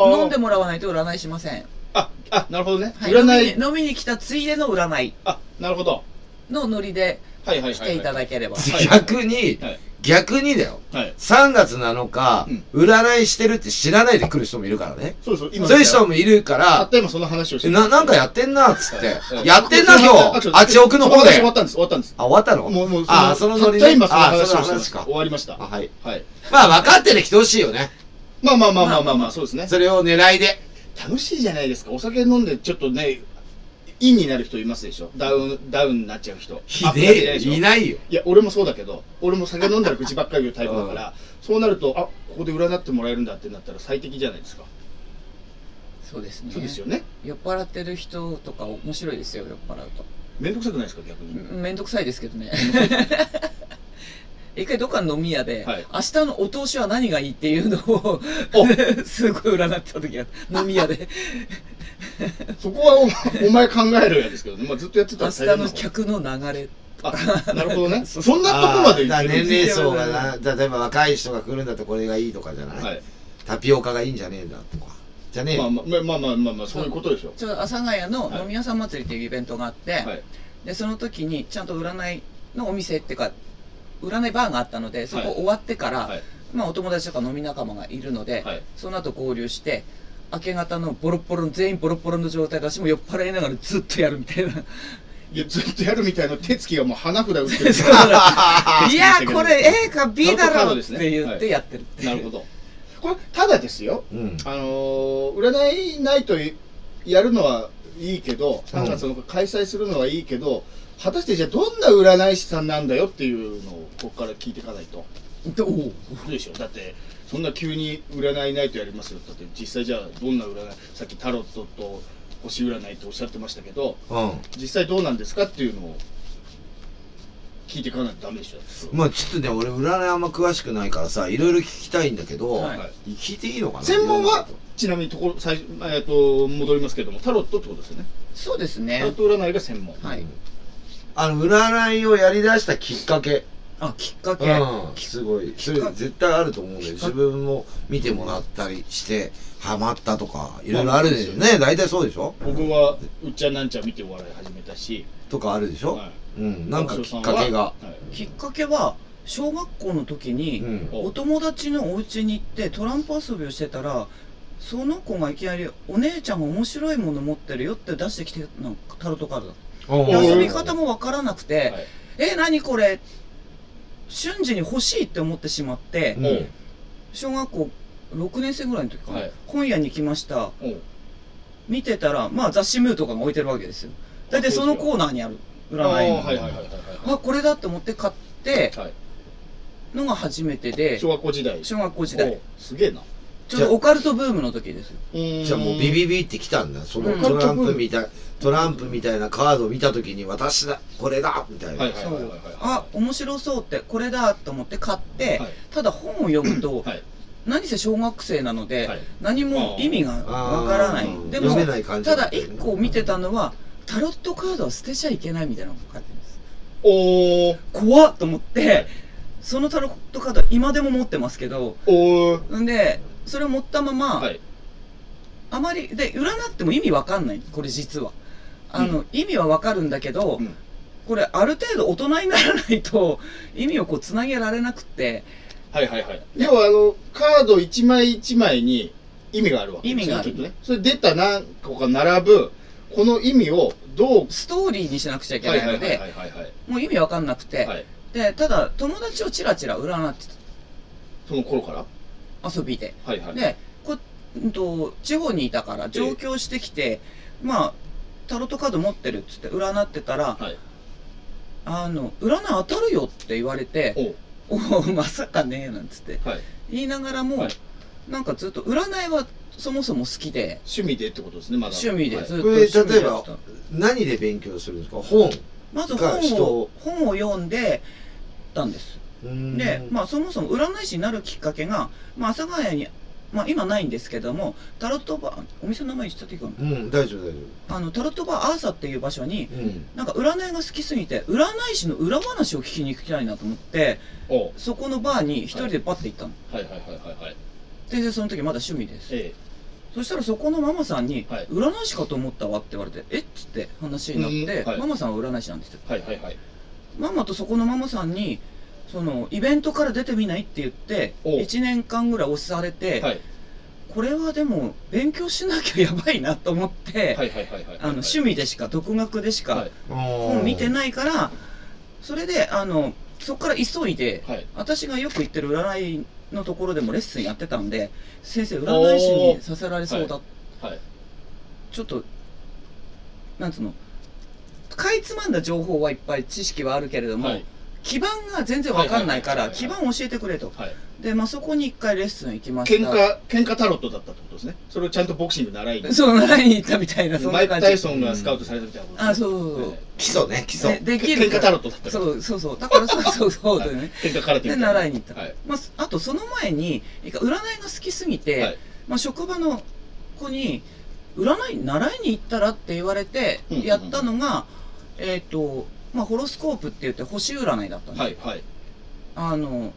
ー飲んでもらわないと占いしません、あ、あ、なるほどね。はい、占飲い。みに飲みに来たついでの占いあ、なるほど。のノリではいはいはいはい。来ていただければ、いはい逆にはい、逆にだよ。はい。 3月7日、占いしてるって知らないで来る人もいるからね。そうそう、今。そういう人もいるかたっら、た今その話をしてな、なんかやってんな、つっては。いやってん な、今日。あっち奥の方終でわ。ったんです、終わったんです。あ、終わったのもう、もう、あ、そのノリたったね。今そのあ、話そのをしてま話す。か終。わりました。あははい。い。まあ、分かってて来てほしいよね。まあまあまあまあまあまあ、そうですね。それを狙いで。楽しいじゃないですか。お酒飲んで、ちょっとね、インになる人いますでしょ。ダウン、ダウンになっちゃう人。ひアップになっちゃうでえ人よ。いないよ。いや、俺もそうだけど、俺も酒飲んだら口ばっかり言うタイプだから、 そうなると、あ、ここで占ってもらえるんだってなったら最適じゃないですか。そうですねそうですよね。酔っ払ってる人とか面白いですよ酔っ払うとめんどくさくないですか、逆に。めんどくさいですけど ね一回どっかの飲み屋で、はい明日のお通しは何がいいっていうのを すごい占ってた時があった飲み 屋でそこはおお前考えるやですけどね。まあ、ずっとやってた明ら日大変なののか客の流れあ、なるほ どね。そんなとこまで言あーだってからるん年で齢層がな、例えば若い人が来るんだとこれがいいとかじゃない、すはい。タピオカがいいんじゃねえんだとか。じゃねえまよ。あまあまあまあまあまあ、そういうことでしょ。ちょうど阿佐ヶ谷の飲み屋さん祭りっていうイベントがあって、はい。でその時にちゃんと占いのお店っていうか占いバーがあったのでそこ終わってから、はい。まあ、お友達とか飲み仲間がいるので、はい。その後合流して明け方のボロッボロの全員ボロッボロの状態だしもう酔っ払いながらずっとやるみた いないや、ずっとやるみたいな手つきがもう花札打ってる。 そ ういやーこれ A か B だカーろドうでっすねて言ってやってるっていうなるほど。これ、ただですよ。うん。あのー占いないとやるのはいいけど、うんなんかその開催するのはいいけど、果たしてじゃあどんな占い師さんなんだよっていうのをここから聞いていかないと。どうそうでしょだってそんな急に占いないとやりますよだって実際じゃあどんな占いさっきタロットと星占いっておっしゃってましたけどうん。実際どうなんですかっていうのを聞いていかないとダメでしょまあちょっとね、俺占いあんま詳しくないからさ、いろいろ聞きたいんだけど、はい聞いていいのかな専いろ門んなはことちなみにとこ最初、えっと戻りますけどもタロットってことですよねそうですタロッねト占いが専門はいあの、占いをやり出したきっかけ。あきっかけ、うん。すごい。それ絶対あると思うんだよ。か自分も見てもらったりして、ハマったとか、いろいろあるでしょ。ね大体そうでしょ僕はうっちゃんなんちゃん見てお笑い始めたし、とかあるでしょ、はいうん。なんかきっかけがは。いきっかけは小学校の時うに、ん。おお友達のお家に行ってトランプ遊びをしてたらその子がいきなり「お姉ちゃんが面白いもの持ってるよ」って出してきてなんかタロットカードだおー遊び方もわからなくてはい「え何これ?」瞬時に欲しいって思ってしまってうん。うん小学校6年生ぐらいの時かな、はい本屋に来ましたおう見てたらまあ雑誌ムーとかが置いてるわけですよ大体そのコーナーにあるあーは占いいはいはのいはいはいあこれだって思って買ってはいのが初めてで小学校時代小学校時代おうすげえなちょうどオカルトブームの時ですよじゃあもうビビビってきたんだ。そのうんトランプみたい、トランプみたいなカードを見たときに、私だ、これだみたいな。はいはいはいはいはいあ面白そうってこれだと思って買って、はいただ本を読むと、はい何せ小学生なので、はい何も意味があーわからないうんで読もめない感じただだったよね一個見てたのはタロットカードは捨てちゃいけないみたいなのが書いてますおー怖っと思って、はいそのタロットカードは今でも持ってますけどおーんでそれを持ったまま、はいあまりで占っても意味わかんないこれ実はあの、意味はわかるんだけど、うんこれある程度大人にならないと意味をこうつなげられなくてはいはいはい要はあのカード一枚一枚に意味があるわけですね意味があるきっとねそれ出た何個か並ぶこの意味をどうストーリーにしなくちゃいけないので、いはいはいもう意味わかんなくて、はいでただ友達をチラチラ占ってその頃からた遊びで、はいはいでこうんと地方にいたから上京してきて、まあタロットカード持ってるっつって占ってたらはい「あの占い当たるよ」って言われておう「おおまさかね」なんつってはい言いながらも、はいなんかずっと占いはそもそも好きで趣味でってことですねまだ趣味ではいずっとこれ趣味で例えやっばてたの何で勉強するんですか本。まずが本人をを本を読んでたんですうんで、まあ、そもそも占い師になるきっかけが、まあ、阿佐ヶ谷に、まあ、今ないんですけどもタロットバーお店の名前言っちゃっていいかなうん、大丈夫大丈あのタロットバーアーサっていう場所に夫。うん。なんか占いが好きすぎて占い師の裏話を聞きに行きたいなと思っておうそこのバーに一人でパッて行ったの、はいはいはいはいはい全然その時まだ趣味ですえそしたらそこのママさんにはい「占い師かと思ったわ」って言われて「えっ?」つって話になって、うんはいママさんは占い師なんですよえはいはいはいママとそこのママさんにそのイベントから出てみないって言ってお1年間ぐらい押されて、はいこれはでも勉強しなきゃやばいなと思って、はいはいはいはいあの趣味でしか独学でしはかいも本見てないからそれであのそこから急いではい私がよく行ってる占いのところでもレッスンやってたんで先生占い師にさせられそうだ、はいちょっとなんつうのかいつまんだ情報はいっぱい知識はあるけれども、はい基盤が全然わかんないかはらいはいはい基はい盤教えてくれとはいで、まあ、そこに一回レッスン行きまし喧た嘩喧嘩タロットだったってことですねそれをちゃんとボクシング習いにそう習いに行ったみたいなそんマイなク・感タイじソンがスカウトされたみたいなことあそうそうそう、ね基礎ね、基礎。ででき喧る嘩タロットだったからそうそうそうだからそうそうそうだよね喧嘩空手みたでいな習いに行った、はいまあ、すあとその前に一回占いが好きすぎて、はいまあ、職場の子に占い習いに行ったらって言われてうんうんうんやったのが、えっ、とまあホロスコープって言って星占いだったんです、はいはいあの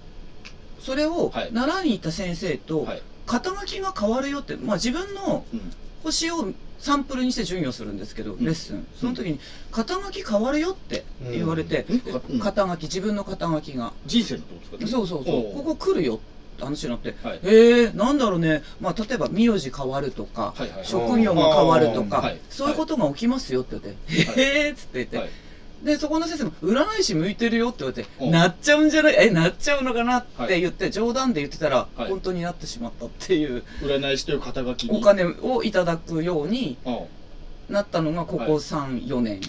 それをはい習いに行った先生とはい肩書きが変わるよって、まあ、自分のうん星をサンプルにして授業するんですけど、んレッスンその時に肩書き変わるよって言われて、うんうんうん肩書き自分の肩書きが人生のってことですかそうそうそおう、ここ来るよって話になって、はいへえ、なんだろうね、まあ、例えば名字変わるとはか、いはいはい職業が変わるとか、はいそういうことが起きますよって言って、はいへえっつって言って、はいで、そこの先生も、占い師向いてるよって言われおて、なっちゃうんじゃないえ、なっちゃうのかなって言って、冗談で言ってたら、はい本当になってしまったっていう、占い師という肩書きにお金をいただくようにうんなったのが、こはいこ3、4年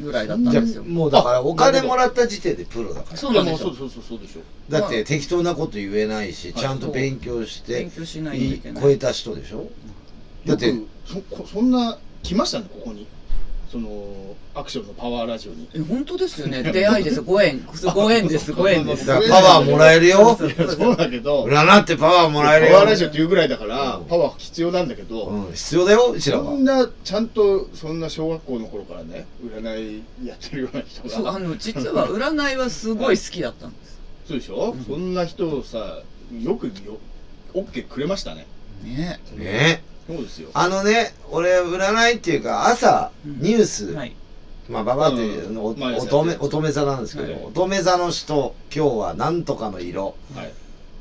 ぐらいだったんですよ。もうだからお金もらった時点でプロだかそうなんですいやもよ。うそうそうそうそうでしょら。だって適当なこと言えないし、はいちゃんと勉強して勉、強しないといいけない。超えた人でしょだってよくそこそんな来ましたねここにそのアクションのパワーラジオにえ本当ですよね。出会いです。 ご縁。ご縁です。ご縁です。だからパワーもらえるよ。そうそうそうだけど占ってパワーもらえるパワーラジよ。オっていうぐらいだから、うんパワー必要なんだけど、うん、必要だよ、うちらそは。んなちゃんとそんな小学校の頃からね占いやってるような人がそうあの実は占いはすごい好きだったんですそうでしょ、そんな人をさよくよ OK くれましたねねねそうですよあのね、俺、占いっていうか、朝、うんニュース、はいまあ、ばばっていうの、おうん毎朝乙女やって、る乙女座なんですけど、はい乙女座の人、今日はなんとかの色、はい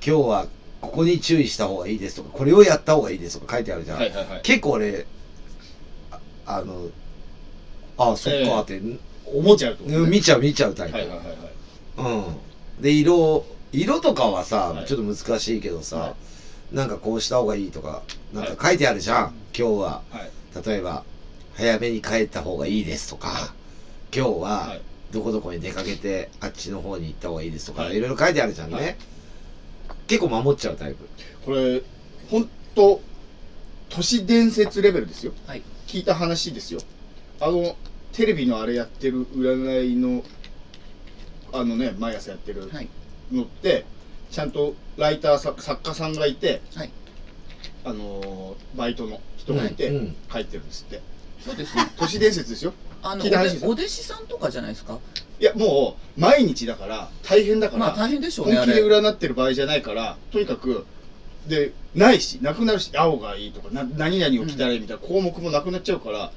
今日はここに注意した方がいいですとか、これをやった方がいいですとか書いてあるじゃん。はいはいはい結構俺、ああの、あそっええかって、思っちゃうとうん見ちゃう見ちゃうタイプ。はいはいはいはいうん。で、色、色とかはさ、はいちょっと難しいけどさ、はなんかこうした方がいいとか、なんか書いてあるじゃん、今日は。はい例えば、早めに帰った方がいいですとか、今日ははいどこどこに出かけて、あっちの方に行った方がいいですとか、はいい、ろいろ書いてあるじゃんね。はい結構守っちゃうタイプ。これ本当都市伝説レベルですよはい聞いた話ですよあのテレビのあれやってる占いのあのね毎朝やってるはいのって、ちゃんとライターさ作家さんがいて、はいあのーバイトの人がいて、うん書いてるんですってそうですね都市伝説ですよあの聞おいた話でですお弟子さんとかじゃないですかいやもう毎日だから大変だから、まあ大変でしょうねあ本気でれ占ってる場合じゃないからとにかくでないしなくなるし青がいいとかな何々を着たらいいみたいな項目もなくなっちゃうから、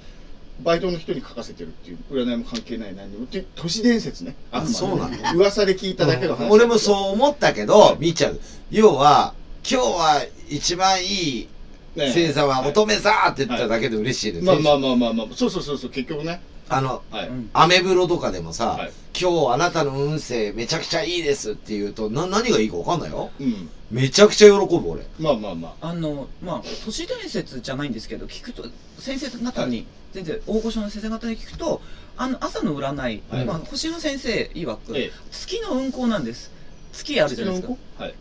バイトの人に書かせてるっていう占いも関係ない何にもっていう都市伝説ねあくまでそうなの噂で聞いただけの話、俺もそう思ったけど、見ちゃう。要は、今日は一番いいね星座は乙女座って言っただけで嬉しいです、まあまあまあまあまあそうそうそうそう結局ねあの、はい、うんアメブロとかでもさ、はい今日あなたの運勢めちゃくちゃいいですって言うと、な、何がいいかわかんないよ。うんめちゃくちゃ喜ぶ俺。まあまあまああのまあ都市伝説じゃないんですけど聞くと先生方に、全然大御所の先生方に聞くとあの朝の占い、はいまあ、星の先生曰く、ええ月の運行なんです月あるじゃないですかはい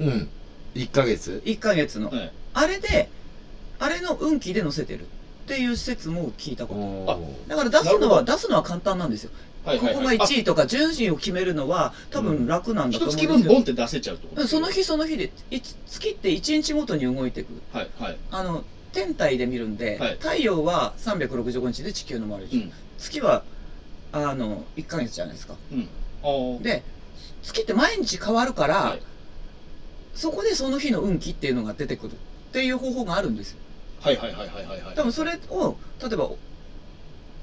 うん。1ヶ月。 1ヶ月の、はいあれであれの運気で載せてるっていう説も聞いたことあだから出すのなるほは出すのは簡単なんですよはいこはいこが1位とか順位を決めるのは多分楽なんだと一思う月分んですけどボンって出せちゃうってことうんその日その日でいち月って1日ごとに動いていくはいはいあの天体で見るんで、はい太陽は365日で地球の周りでうしょ、ん月はあの1ヶ月じゃないですかうんあーで月って毎日変わるから、はいそこでその日の運気っていうのが出てくるっていう方法があるんですよはいはいはいはいはいはい多分それを例えば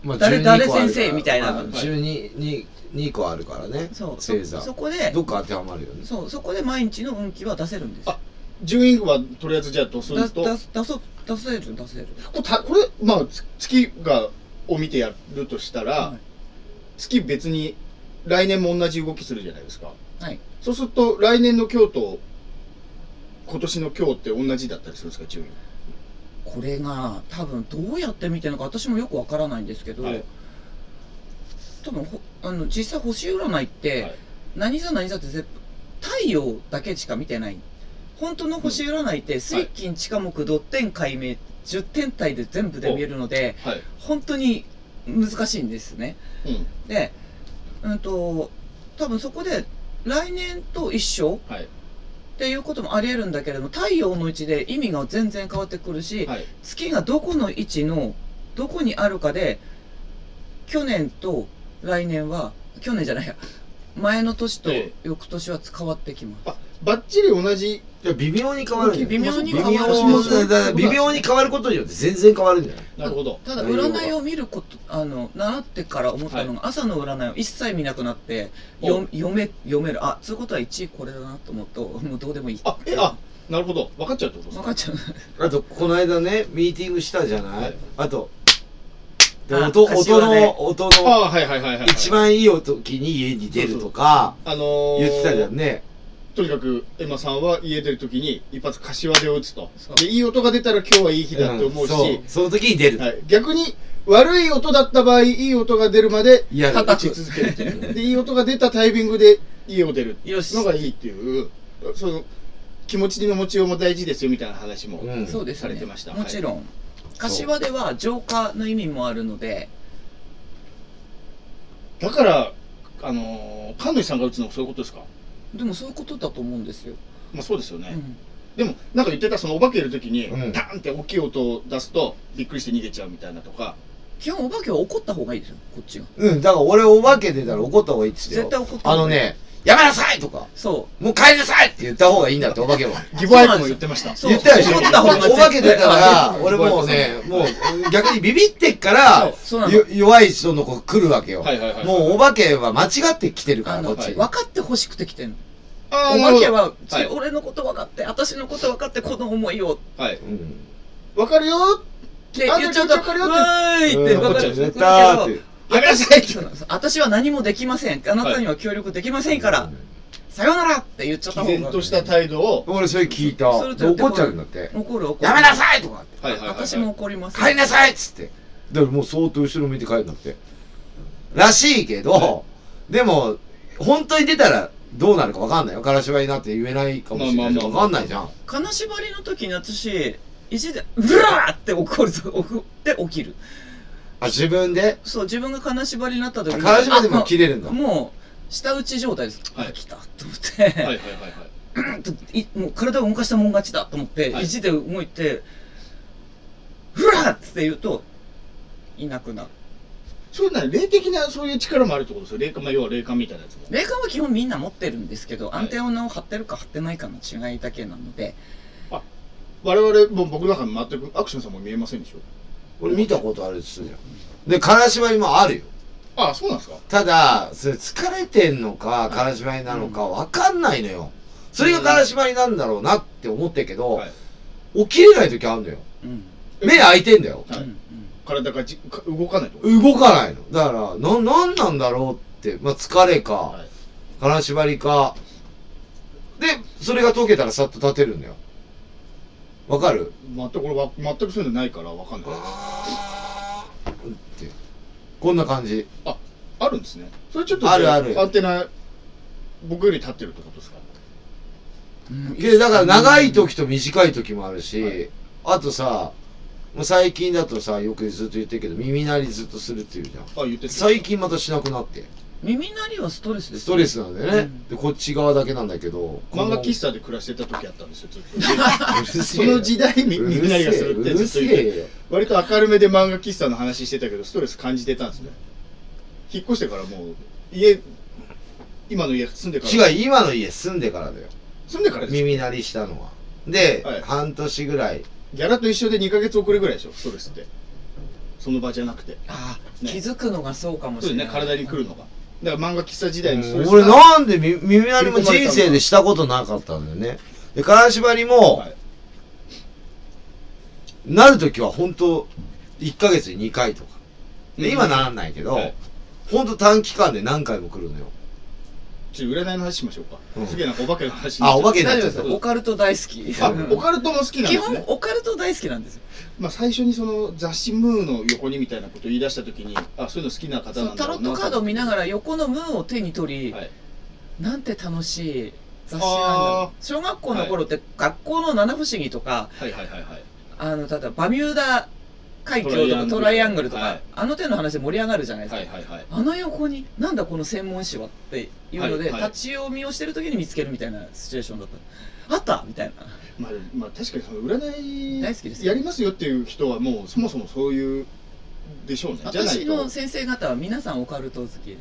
まあ誰誰先生みたいな十二に二個あるからね。そう星そ座。そこでどっか当てはまるよね。そうそこで毎日の運気は出せるんですよ順位はとりあえずじゃあとす出るすと出す出そう出せる出せるこれたこれまあつ月がを見てやるとしたら、はい月別に来年も同じ動きするじゃないですかはいそうすると来年の今日と今年の今日って同じだったりするんですか順位これが多分どうやって見てるのか私もよくわからないんですけど、はい多分ほあの実際星占いって、はい何座何座って絶太陽だけしか見てない本当の星占いって水金地下木土天海明10天体で全部で見えるのではい、本当に難しいんですねうんでうんと多分そこで来年と一緒はいっていうこともあり得るんだけれども太陽の位置で意味が全然変わってくるし、はい月がどこの位置のどこにあるかで去年と来年は去年じゃないや前の年とええ翌年は変わってきます、あバッチリ同じいや微妙に変わるんじゃない微妙に微変妙わるだから微妙に変わることによって全然変わるんじゃないなるほどただ占いを見ることあの習ってから思ったのが、朝の占いを一切見なくなってよ読め読めるあそういうことは1位これだなと思うともうどうでもいいあえあなるほど分かっちゃうってことです分かかっちゃうあとこの間ねミーティングしたじゃない、はいあとであ音音柏ねの音あのあはいはいはいはい、はい、一番いい音時に家に出るとかあのー、言ってたじゃんねとにかくエマさんは家出るときに一発柏で打つとそうでいい音が出たら今日はいい日だって思うし、んそうその時に出る、はい、逆に悪い音だった場合いい音が出るまでいや打ち続けるっていうでいい音が出たタイミングで家を出るよしのがいいっていうその気持ちの持ちようも大事ですよみたいな話も、うん そうですされねてましたもちろん、柏では浄化の意味もあるのでだからあのー神主さんが打つのもそういうことですかでもそういうことだと思うんですよ、まあそうですよね、うんでもなんか言ってたそのお化けいるときに、うんダーンって大きい音を出すとびっくりして逃げちゃうみたいなとか基本お化けは怒った方がいいですよこっちがうんだから俺お化け出たら怒った方がいいって言っ絶て対よ怒ったあ方のがいいねやめなさいとかそもう帰りなさいって言った方がいいんだってお化けはギブアイプも言ってましたそう言ったでしょ怒った方が絶対お化け出たら俺もうねもう逆にビビってっかうらそうそうなのよ弱い人の子来るわけよ、はいはいはいもうお化けは間違って来てるかあらこのっち分にかってほしくて来てんのあーお化けは、なるほど俺のこと分かって私のこと分かってこの思いをっはい、はい、うんわかるよて言っちゃうと「あ分わかるよーい!」って分かる絶対ってやめなさいってそうなんです私は何もできませんあなたには協力できませんから、さよならって言っちゃった毅方然がとした態度を俺それ聞いたそれとやって怒っちゃうんだって怒る怒るやめなさいとかってはいはいはいはい私も怒ります帰りなさいっつってだからもう相当後ろ向いて帰るんだってらしいけど、はでも本当に出たらどうなるかわかんないよからしばになって言えないかもしれないまあまあまあわかんないじゃん金縛りの時に私石で「ブラー!」って怒ると怒って起きるあ自分でそう自分が金縛りになった時あにからしばでも切れれるんだもう舌打ち状態です、はいあ来たと思って、はいはいはいはいうん といもう体を動かしたもん勝ちだと思って、はい意地で動いて「ブラー!」って言うといなくなるそういうのは霊的なそういう力もあるってことですよ霊感、まあ、要は霊感みたいなやつも霊感は基本みんな持ってるんですけどはいアンテナを張ってるか張ってないかの違いだけなので、我々も僕なんかも全くアクションさんも見えませんでしょ俺見たことあるっつってたじゃんでからしばにもあるよああそうなんですかただそれ疲れてんのかからしばになのかわかんないのよそれがからしばになんだろうなって思ってるけど、はい起きれない時あるのようん目開いてんだよはいうんうん体がじか動かないってこと動かないのだからななんなんだろうって、まあ、疲れか、はい金縛りかでそれが解けたらさっと立てるんだよわかる全くこれは全くそういうのないからわかんないってこんな感じあるんですねそれちょっとあるあるアンテナ僕より立ってるってことですかうんでだから長い時と短い時もあるし、はいあとさもう最近だとさよくずっと言ってるけど耳鳴りずっとするっていうじゃんあ言ってた最近またしなくなって耳鳴りはストレスですストレススなんだよね、うんでこっち側だけなんだけど漫画喫茶茶で暮らしてた時あったんですよずっとそ その時代みみんながするってうるずっせと言ってえよ割と明るめで漫画喫茶の話してたけどストレス感じてたんですね引っ越してからもう家今の家住んでから違う今の家住んでからだよ住んでからです耳鳴りしたのはで、はい半年ぐらいギャラと一緒で2ヶ月遅れぐらいでしょストレスってその場じゃなくてあーね気づくのがそうかもそうしでれすないね体に来るのがだから漫画喫茶時代にうん俺なんでみ耳鳴りも人生でしたことなかったんだよね。で、金縛りも、はいなるときは本当1ヶ月に2回とか。うで、ん今ならないけど、はいほんと短期間で何回も来るのよ。ちょっと占いの話しましょうか、うんすげえなんかお化けの話あ、お化けけになっ大ちゃ丈夫っですた。よオカルト大好きあうんオカルトも好きなん基です本ねオカルト大好きなんですよまあ最初にその雑誌ムーの横にみたいなこと言い出した時にあそういうの好きな方そなのんだタろロうッなトカードを見ながら横のムーンを手に取り、はいなんて楽しい雑誌なんだろあう小学校の頃って学校の七不思議とか、はいはいはいはいあの、ただバミューダ海峡とかトトラライイアアンングルグルととかか、あの手の話で盛り上がるじゃないですか。はいはいはいあの横に、なんだこの専門誌はっていうので、はいはい立ち読みをしてる時に見つけるみたいなシチュエーションだった。あったみたいな。まあ、まあ、確かにその占い大好きですやりますよっていう人はもうそもそもそういうでしょうねじゃない私との先生方は皆さんオカルト好きです。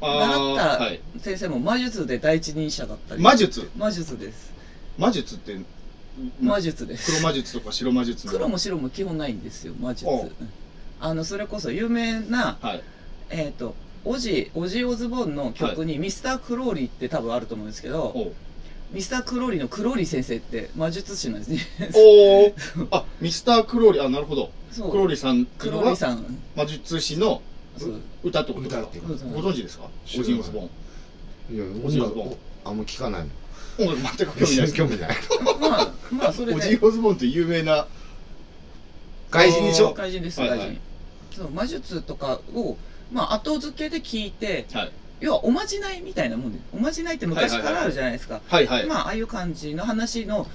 あー習ったはい、先生も魔術で第一人者だったり。魔術魔術です。魔術って魔術です。黒魔術とか白魔術の黒も白も基本ないんですよ、魔術おう。あの、それこそ有名な、はいえっ、と、オジ、オジオズボンの曲にミスター・クローリーって多分あると思うんですけど、おうミスター・クローリーのクローリー先生って魔術師なん ですね。おーあミスタークローリーあなるほどそクローリーさんクローリーんさん。魔術師のそう歌ってことですか歌ってことですご存知ですか知らないオジンオズボンいや、おじいお音ばあ楽、あんま聞かないもん。音楽全く興味ないです興味ない。まあ、まあ、それオジンで。オズボンって有名な外人でしょ怪人です、はい怪は人。いそう魔術とかを、まあ、後付けで聞いて、はい要はおまじないみたいなもんで、おまじないって昔からあるじゃないですか。はいはいまあ、ああいう感じの話の、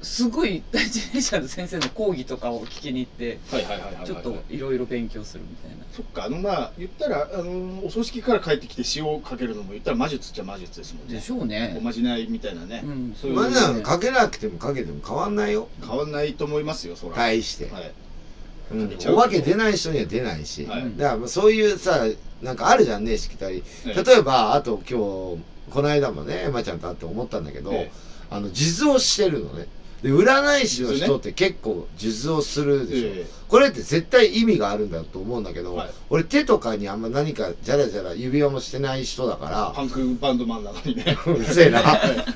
すごい第一人者の先生の講義とかを聞きに行って、はいはいはいはいはいちょっといろいろ勉強するみたいな。そっかあのまあ言ったらあのお葬式から帰ってきて塩をかけるのも言ったら魔術っちゃ魔術ですもんねでしょうおね。まじないみたいなね、うん、そういうまあなんかかけなくてもかけても変わんないよ。変わんないと思いますよそら大して。はいうんかけちゃうお化け出ない人には出ないし。はいだからまあそういうさ、なんかあるじゃんね、しきたり。ええ例えば、あと今日、この間もね、エマちゃんと会って思ったんだけど、ええあの、数珠をしてるのね。で、占い師の人って結構数珠をするでしょ。えこれって絶対意味があるんだと思うんだけど、はい俺手とかにあんま何かじゃらじゃら指輪もしてない人だえかパンクバンドマンなのに ねら、うるせえな。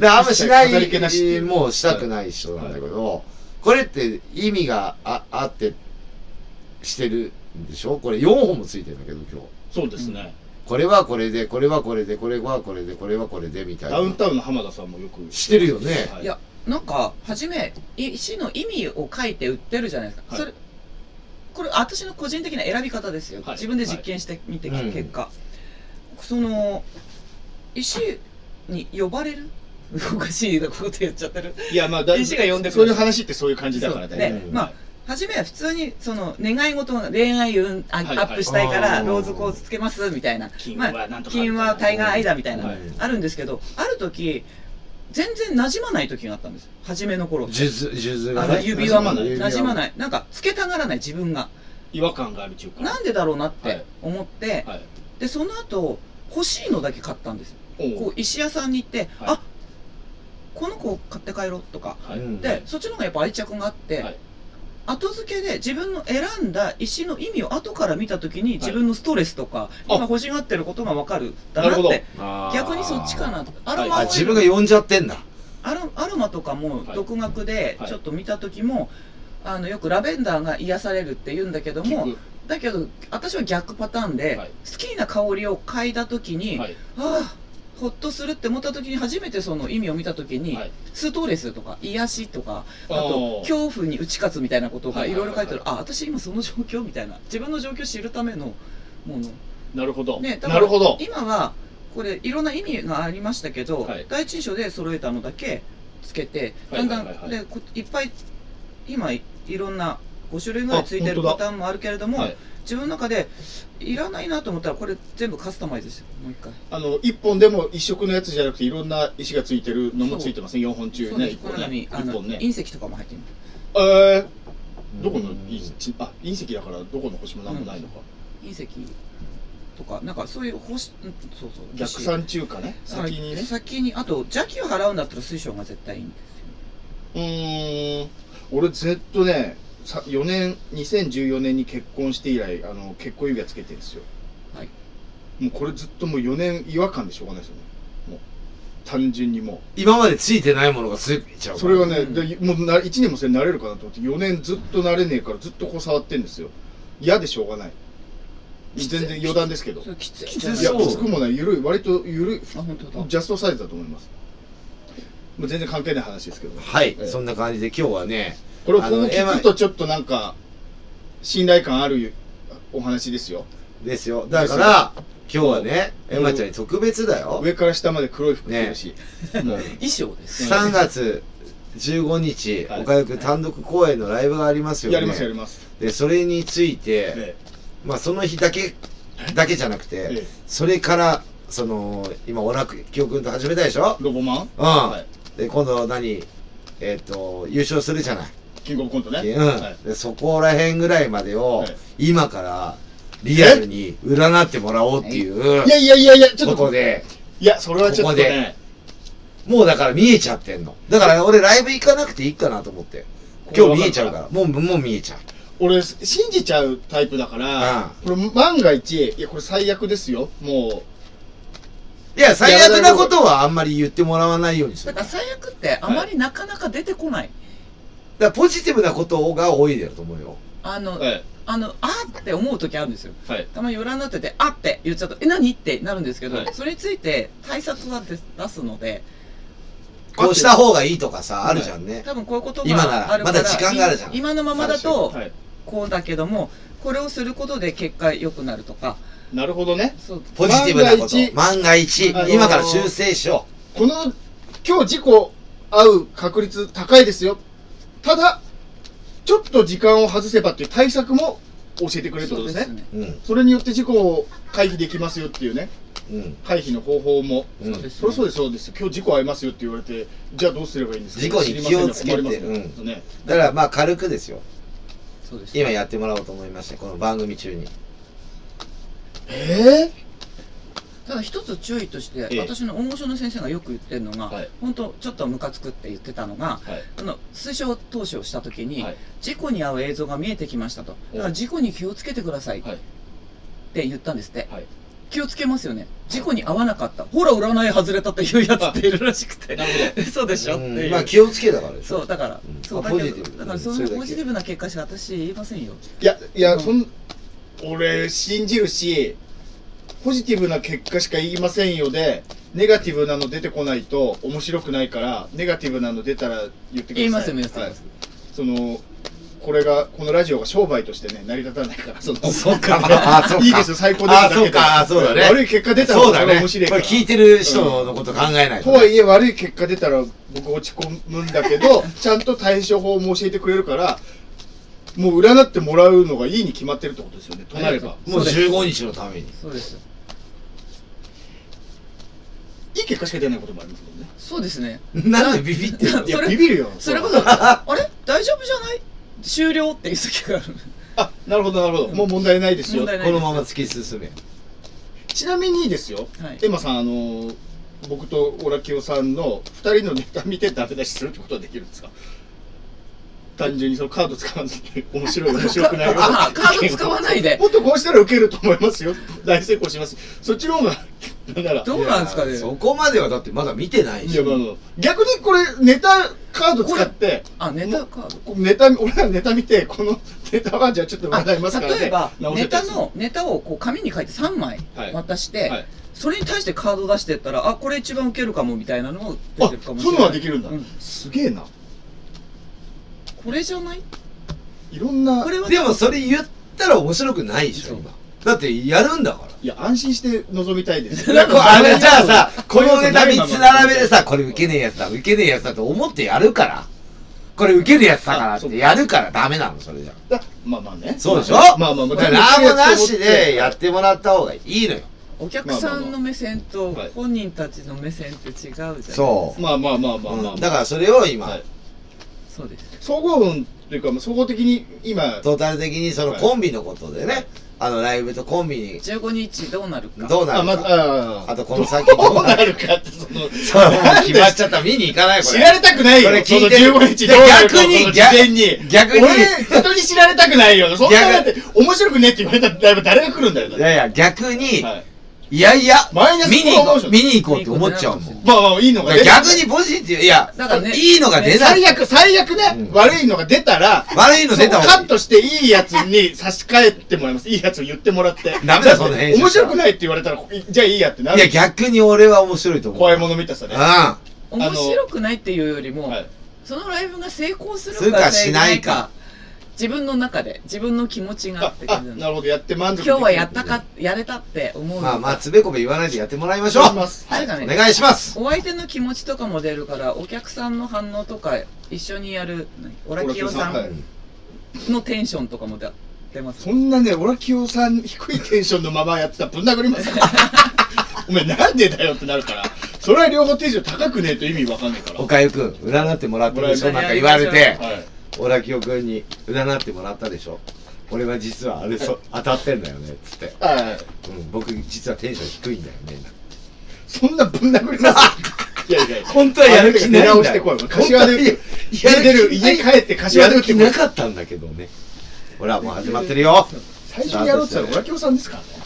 で、あんましない、飾り気なしっていうもうしたくない人なんだけど、これって意味がああってしてるんでしょこれ4本もついてるんだけど、今日。そうですね、これはこれで、これはこれで、これはこれで、これはこれで、みたいな。ダウンタウンの浜田さんもよくしてるよね。はいいや、なんか、初め、石の意味を書いて売ってるじゃないですはか。いそれ、これ、私の個人的な選び方ですよ。はい自分で実験してみて、はい結果。その、石に呼ばれる おかしいなこと言っちゃってる。いやまあだ弟子が呼んでくるそういう話ってそういう感じだからそねうねまあ初めは普通にその願い事の恋愛運あアはいはいップしたいからあーローズコースつけますみたいな金まはあなんとか金はタイガーアイだみたいなはいあるんですけどある時全然馴染まない時があったんですよ初めの頃数珠、数珠あがのね。指輪も馴染まない馴染まい。ないなんかつけたがらない自分が違和感があるっていうかなんでだろうなっはいて思って、はいでその後欲しいのだけ買ったんですよおこうう石屋さんに行って、はいあこの子買って帰ろうとかはいうんでそっちの方がやっぱ愛着があって、はい後付けで自分の選んだ石の意味を後から見た時に自分のストレスとか、あ今欲しがってることが分かるだななるっほどて逆にそっちか。なアロあ、マオイル自分が呼んじゃってんだ。アロアロマとかもはい独学ではいちょっと見た時も、あのよくラベンダーが癒されるって言うんだけども聞だけど私は逆パターンで、はい好きな香りを嗅いだ時に、くははいあほっとするって思った時に初めてその意味を見た時に、はいストレスとか癒しとかあおーと恐怖に打ち勝つみたいなことはがいいはいはろいいはいろ書いてあるあ私今その状況みたいな自分の状況を知るためのもの、なるほどね、だからなるほど今はこれいろんな意味がありましたけど、はい第一印象で揃えたのだけつけてはいだんだん、はいはいはいでこいっぱい今いいろんな5種類ぐらいついてある本当だパターンもあるけれども、はい自分の中でいらないなと思ったらこれ全部カスタマイズしてもう一回。あの一本でも一色のやつじゃなくていろんな石がついてるのもついてますね四本中そうねです一こ本のようねに一あの本ね隕石とかも入ってるえーどこのうん隕石あ隕石だからどこの星もなんもないのか隕石とかなんかそういう星うんそうそう逆算中華ねだから先にね先にあと邪気を払うんだったら水晶が絶対いいんですようーん俺ずっとねさ4年2014年に結婚して以来あの結婚指輪つけてるんですよはいもうこれずっともう4年違和感でしょうがないですよねもう単純にも今までついてないものがついちゃううかそられはね、うんでもうな1年もそれ慣れるかなと思って4年ずっと慣れねえからずっとこう触ってるんですよ嫌でしょうがない全然余談ですけどそれきついきつじゃないいやそうきつくもない緩い割と緩いあ本当だジャストサイズだと思いますもう全然関係ない話ですけどはい、ええそんな感じで今日はね、これをあこのう聞くとちょっとなんか信頼感あるお話ですよですよ。だから、今日はね、うんエマちゃんに特別だよ。上から下まで黒い服着てるし、も う衣装です3月15日、はい岡く単独公演のライブがありますよね。やりますやります、で、それについて、えまあその日だけ、だけじゃなくて、ええそれから、その、今、オラク、キオ君と始めたでしょロボマン、うん。はで、今度何えっ、と、優勝するじゃない。い、キングオブコントね、うん、はいでそこら辺ぐらいまでを、はい今からリアルに占ってもらおうっていういやいやいやいやちょっこととでいやそれはちょっとねもうだから見えちゃってんのだから俺ライブ行かなくていいかなと思って今日見えちゃうからもうもう見えちゃう俺信じちゃうタイプだから、これ万が一いやこれ最悪ですよもいや最悪なことはあんまり言ってもらわないようにすだるから最悪ってあまりなかなか出てこない、だからポジティブなことが多いだと思うよあうの、はいあのあーって思う時あるんですよはいたまに占ってて「あ」って言っちゃうと「え何?」ってなるんですけど、はいそれについて対策は出出すのでこうした方がいいとかさあるじゃんね、多分こういうこと今ならがあるからまだ時間があるじゃんい今のままだとはいこうだけどもこれをすることで結果良くなるとかなるほどねそうポジティブなこ万がと一万が一あのー今から修正しよこの今日事故合う確率高いですよただちょっと時間を外せばっていう対策も教えてくれるってことですねそうんうんれによって事故を回避できますよっていうねうん回避の方法もうんそうですそりゃそうですそうです今日事故合いますよって言われてじゃあどうすればいいんですか事故に気をつけて知りませんね困りますねねだからまあ軽くですよそうです今やってもらおうと思いましてこの番組中にえただ一つ注意として、ええ私の大御所の先生がよく言ってるのが、はい本当ちょっとムカつくって言ってたのがーはいあの推奨投資をした時に、はい事故に遭う映像が見えてきましたとええだから事故に気をつけてくださいっはいて言ったんですって、はい気をつけますよね事故に遭わなかったほら占い外れたっていうやつっているらしくてなるほど 嘘でしょってういんう、まあ気をつけだからでしょそうだから、うんそうあだけどポジティブだからうんそそんれだなけポジティブな結果しか私言いませんよいやいや、うんそん俺信じるしポジティブな結果しか言いませんよでネガティブなの出てこないと面白くないからネガティブなの出たら言ってください言いますよ皆さん、はい、そのこれがこのラジオが商売としてね成り立たないからそのそうか、あ、そうか。 いいですよ最高ですあ、そうか、あそうだね。悪い結果出たらそうだそれはね。面白いこかれら聞いてる人のこと考えないととはね。いえ悪い結果出たら僕落ち込むんだけ どちゃんと対処法も教えてくれるからもう占ってもらうのがいいに決まってるってことですよねとなればもう15日のために。そうですいい結果しか出ないこともありますもんねそうですねなんでビビってるのいそやれビビるよそれこそあれ大丈夫じゃない終了っていう時があるあなるほどなるほどもう問題ないですよ問題なこいでのすまま突き進め。ちなみにですよ、はいエマさんあのー僕とオラキオさんの2人のネタ見てダメ出しするってことはできるんですか単純にそのカード使わずに面白い面白くないよあカード使わないでもっとこうしたらウケると思います よ大成功しますそっちの方がなんならどうなんですかいやねそこまではだってまだ見てないいしや。まあまあ逆にこれネタカード使ってあネタカードこうネタ俺らネタ見てこのネタはじゃあちょっとあ占いますからね例えば直せネたタりするのネタをこう紙に書いて3枚はい渡はしていそれに対してカード出してったらあこれ一番ウケるかもみたいなのを出あてるかそうもしいれうないのはできるんだ、うんすげえなこれじゃないいろんなこれはでもそれ言ったら面白くないでしょ、そう今。だってやるんだから。いや安心して臨みたいですいやこうあれじゃあさ、このネタダメな3のつ並べてさ、これ受けねえやつだ、受けねえやつだと思ってやるから。これ受けるやつだからってやるからダメなの、それじゃ。だまあまあねそうでしょまあまあまあだから何もなしでやってもらった方がいいのよ。お客さんの目線とまあまあ本人たちの目線って違うじゃないですかそう。まあまあまあまあまあ、うんだからそれを今、はいそうです総合運というかまあ総合的に今トータル的にそのはいコンビのことでね、あのライブとコンビ15日どうなるニか。どうなあ、るまず、かあああ、とこの先どうどうななるるかって、その、そうなんでしちゃった見に行かないこ知られれたくないよ。これそ聞のいて15日どうなるか逆にその事前に。逆に俺、人に知られたくないよ。そんなだって、面白くねって言われたらライブ誰が来るんだよ。だっいてやいや逆に、はいいやいや、マイナス見に行こう、プロモー見に行こうって思っちゃうもん。まあまあ、いいのがだから出 た逆にポジティブ、いや、だからねいいのが出ない最。悪、最悪ね、うん悪いのが出たら、悪いの出たそこ方カがいットしていいやつに差し替えてもらいます。いいやつを言ってもらって。ダメだその編集。面白くないって言われたら、いじゃあいいやってないいる。や、逆に俺は面白いと思う。怖いもの見たさうね。ん。は面白くないっていうよりも、い。そのライブが成功すするるかかしないか自分の中で自分の気持ちあがって、あ感じなのなるほど、やって満足。今日はやったかやれたって思うのまあまあ、かつべこべ言わないでやってもらいましょう。します。なんかおね願いします。お相手の気持ちとかも出るからお客さんの反応とか一緒にやる何オラキオさオラキオさんはんのテンションとかも出出ますそんなね、オラキオさん、低いテンションのままやってたらぶん殴り ますよお前なんでだよってなるから、それは両方テンション高くねえと意味わかんないから。おかゆくん、占ってもらったでしょ占いなんか言われて、はい。オラキオくんに占ってもらったでしょ俺は実はあれ そ当たってんだよね、つって。はい。うん、僕実はテンション低いんだよね。そんなぶん殴ります。 いやいやいや。本当はやる気ないんだよあ出直してこい。柏で打って。本当は家出る、家帰って柏やで打るっ気てこ。ないかったんだけどね。ほら、もう始まってるよ。最初にやろうって言ったらオラキオさんですからね。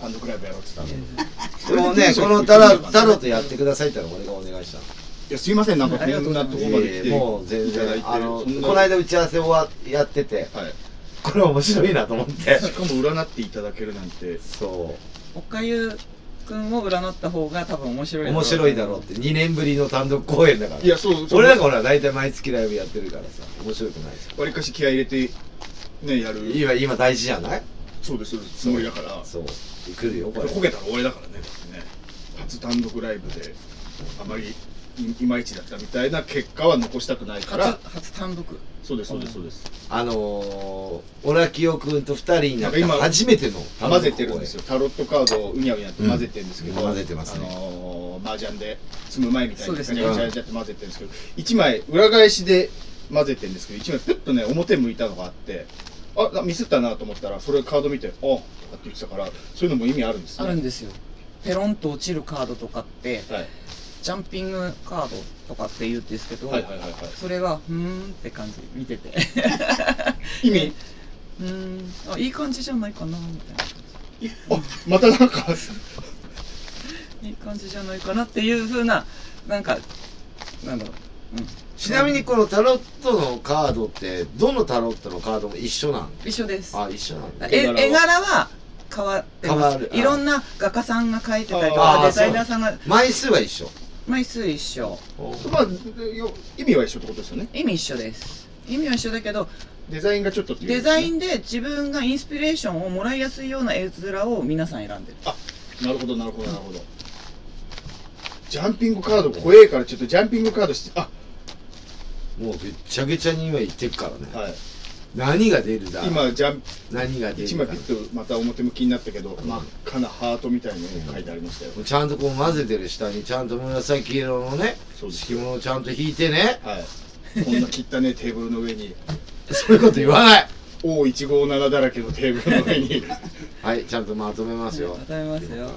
ハンドクラブやろうって言ったの。でもね、このタラ、タロとやってくださいってのは俺がお願いしたの。いや、すいません、なんかこんなとこまで来いて。やもう全いただいて然、あの、そんなこの間打ち合わせはやってて、はい。これ面白いなと思って。しかも占っていただけるなんて。そおかゆくんを占った方が多分面白う。い面白いだろうって、2年ぶりの単独公演だからい。や、そう、そう俺なんかほら、大体毎月ライブやってるからさ、面白くないですよ。わりかし気合い入れて、ね、やる。今、今大事じゃないそうです、そうです。つもりだから。そう。来るよ、ここれ。れ焦げたら俺だからね、だってね初単独ライブで、あまりいいまいちだったみたいな結果は残したくないか初ら、初単独そうです、そうです、そうです。あのー、オラキオくんと二人になってなんか今初めての単独公混演ぜてるんですよ。タロットカードをうにゃうにゃって混ぜてるんですけど、うん混ぜてますねあのー、麻雀で積む前みたいそうにガでチすャねガチャガチャって混ぜてるんですけど、一枚裏返しで混ぜてるんですけど、一枚ぷっとね、表向いたのがあって、あ、なミスったなと思ったら、それカード見て、あとかって言ってたから、そういうのも意味あるんですあね。るんですよペロンと落ちるカードとかってはい。ジャンピングカードとかって言うんですけど、はいはいはいはい。それが、ふーんって感じ、見てて。 意味、うーん、あ、いい感じじゃないかな、みたいな感あ、またなんか、じ。いい感じじゃないかなっていう風な、なんか、なんだろう。ちなみにこのタロットのカードって、どのタロットのカードも一緒なの一緒です。あ、一緒なのえ絵柄は絵柄は変わってま変わるす。いろんな画家さんが描いてたりとあーか、デザイナーさんが、枚数は一緒。枚数一緒。まあ、よ意味は一緒ってことですよね。意味一緒です。意味は一緒だけど、デザインがちょっとっていう、デザイン。ンで自分がインスピレーションをもらいやすいような絵面を皆さん選んでる。なるほど、なるほど、なるほど。ジャンピングカード怖えから、ちょっとジャンピングカードして、あ、もうぐっちゃぐちゃに今言ってるからね。はい。何が出るだ今、ジャン、何が出一る枚だピッとまた表向きになったけど、真っ赤なハートみたいなのが書いてありましたよ。ちゃんとこう混ぜてる下にちゃんと紫色のねそうです敷物をちゃんと引いてねはい。こんな汚ねテーブルの上に、そういうこと言わない O157 だらけのテーブルの上に、はいちゃんとまとめますよまとめますよま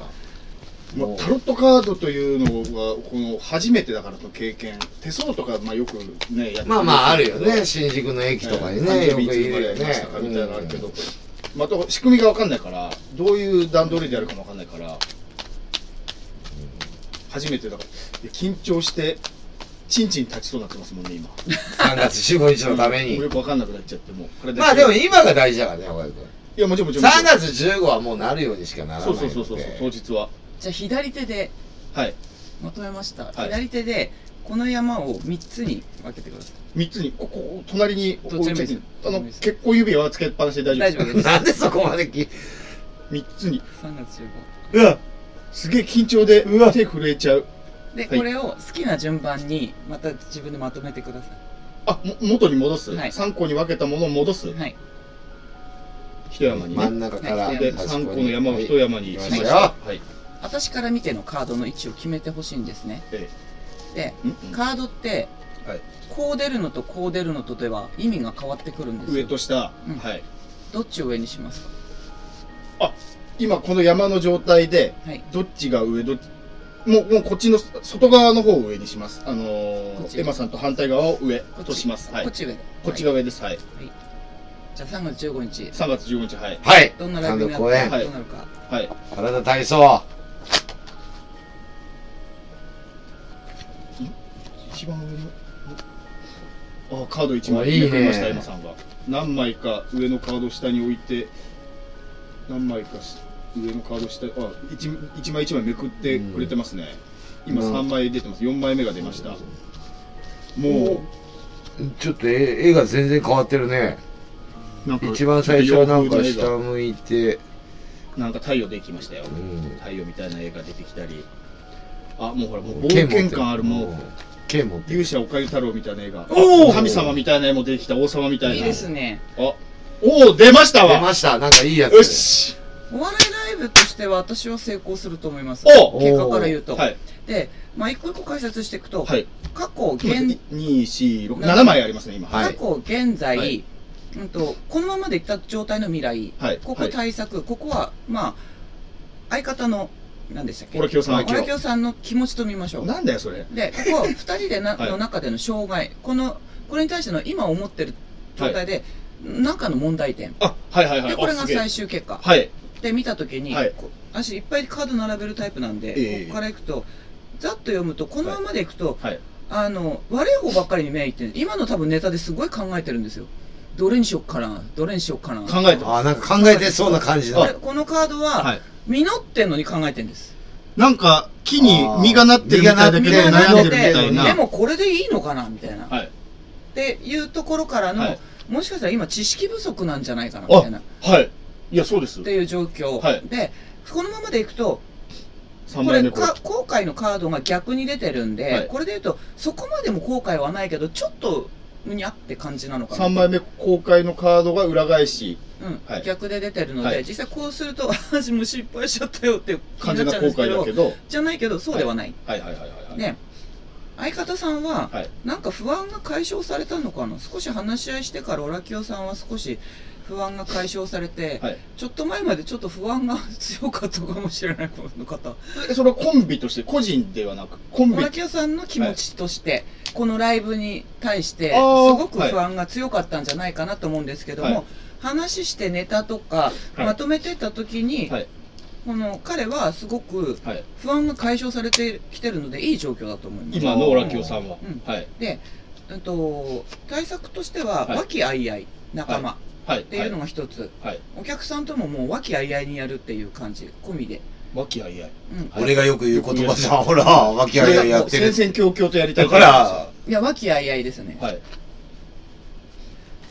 あもうタロットカードというのは、この初めてだからの経験、手相とか、まあよくね、やってまあまああるよけどね新宿の駅とかにえねえよくいるよ誕生日いつ生まれましたねかみたいなのあるけど、また仕組みが分かんないから、どういう段取りでやるかも分かんないから、初めてだから、いや緊張して、ちんちん立ちそうになってますもんね、今。 3月15日のため もうによく分かんなくなっちゃって、もう。これだけまあでもい今が大事だからね岡井君や、もちろん、もちろん。 3月15はもうなるようにしかならないそのうでそうそうそう、当日は。じゃあ左手ではい。まとめました、はい左手でこの山を3つに分けてくださ3つに、ここ、隣にどっちでもいいですあの、結構指輪つけっぱなしで大い丈夫で大丈夫で すなんでそこまできす。3つに。 3月15うわすげえ緊張でうわ手震えちゃう。で、はいこれを好きな順番にまた自分でまとめてくださあ、も元に戻す、はい三 ?3 個に分けたものを戻す、いはい一山に真んね。中からはいで、端っ3こ個にの山を一山に行しきままししたた。よはい。私から見てのカードの位置を決めてほしいんですねえでえうんカードって、はいこう出るのとこう出るのとでは意味が変わってくるんです上よと下、うんはい。どっちを上にしますか今この山の状態で、はいどっちが上、どっち、もう、もうこっちの外側の方を上にします。あのこっー、ちエマさんと反対側を上こっとちします。はい。こっこち上っちが上です。はい。じゃあ3月15日3月15日、はい。はいどんなライ単ブに独な公るか演、はいどうなるかはい。体体操。一番上の。あ、カード1枚あいいねめくりました、エマさんが。何枚か上のカードを下に置いて、何枚かし上のカードを下、あ、一一枚一枚めくってくれてますね。今うん3枚出てます。4枚目が出ました。もちょっと絵絵が全然変わってるね。う、なんか一番最初はなんか下向いて、なんか太陽できましたよ。うん太陽みたいな絵が出てきたり。あ、もうほら、もう冒険感ある、もう。剣持ってる。勇者おかゆ太郎みたいな絵が。おー神様みたいな絵も出てきた、王様みたいな。いいですねあ、おお、出ました出わました。なんかいいやつ。よしお笑いライブとしては私は成功すると思いますお結果から言うと、はい。で、まあ、一個一個解説していくと、はい。過去現2、4、6、7枚ありますね、今。はい過去現在、はいうん、とこのままでいった状態の未来、はいここ対策、ここはまあ相方の何でしたっけオラキオさんオラキオさんの気持ちと見ましょうなんだよ、それ。でここ二人でな、はいの中での障害このこれに対しての今思ってる状態で、中の問題点あ、はいはいはい。でこれあがすげえ最終結果はい。で見た時に、はいこ私いっぱいカード並べるタイプなんで、ええここからいくとざっと読むとこのままでいくと、はいはいあの悪い方ばっかりに目いってる今の多分ネタですごい考えてるんですよどれにしよっかなどれにしよっかな考えてまあ、なんか考えてそうな感じこだれ。このカードす。は、はい。実ってんのに考えてるんですなんか、木に実がなってるみたいだけど、実がな悩っんでてるるみたいでな。もこれでいいのかなみたいな、はいっていうところからの、はいもしかしたら今知識不足なんじゃないかなみたいなっはい。いや、そうですて。いう状況、はいでこのままでいくと3こ枚れ目これか。後悔のカードが逆に出てるんで、はいこれで言うとそこまでも後悔はないけどちょっとむにゃって感じなのかな3枚目公開のカードが裏返し、うんはい逆で出てるので、はい実際こうすると 私もう失敗しちゃったよっていう気完にな全っなちゃうん公で開だすけどけど。じゃないけどそうではない、はいはいはいはいはい。ね相方さんは、はいなんか不安が解消されたのかな少し話し合いしてからオラキオさんは少し不安が解消されて、はいちょっと前までちょっと不安が強かったかもしれないこの方えそれはコンビとして、個人ではなく、コンビ小。崎さんの気持ちとして、このライブに対してすあーごく不安が強かったんじゃないかなと思うんですけども、はい話してネタとかはいまとめてった時に、はいこの彼はすごくはい不安が解消されてきてるのでいい状況だと思います。今のオラキオさんはうん。はい。うんと対策としてははい和気あいあい仲間っはい。ていうはのが一つ、はいお客さんとももう和気あいあいにやるっていう感じ込みで、い。和気あいあい。うん、俺がよく言う言葉じゃん。ほら、わきあいあいやってる。戦々恐々とやりたいだから、いや和気あいあいですね、はい。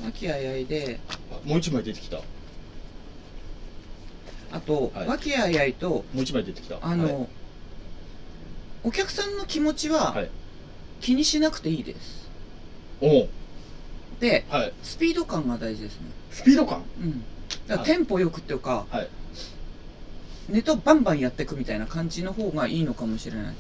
和気あいあいでもう一枚出てきた。もあと、はい和気あいあいとう一枚出てきた。あはいの、お客さんの気持ちははい気にしなくていいです。おうで、はい。スピード感が大事ですね。スピード感うん。だかはいらテンポよくっていうか、はいネタをバンバンやっていくみたいな感じの方がいいのかもしれない。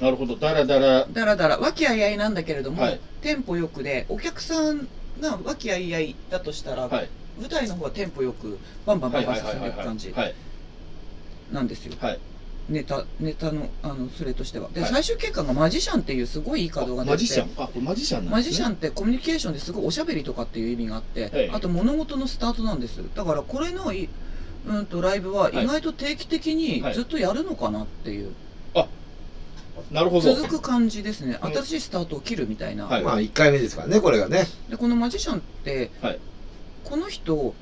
なるほど。だらだら。だらだら、和気あいあいなんだけれども、はいテンポよくで、お客さんが和気あいあいだとしたら、はい。舞台の方はテンポよく、バンバンバはいンバはいンは進いはんいでいくはい。感じはい。なんですよ。はいネタ、ネタの、あの、それとしては。で、はい最終結果がマジシャンっていうすごいいいカードがあ出てマジシャンあ、これマジシャンなんマですねジシャンってコミュニケーションですごいおしゃべりとかっていう意味があって、ええあと物事のスタートなんですだからこれのいうんとライブははい意外と定期的にはいずっとやるのかなっていう、なるほど。続く感じですねうん新しいスタートを切るみたいな、はいまあ1回目ですからね、これがね。でこのマジシャンって、はいこの人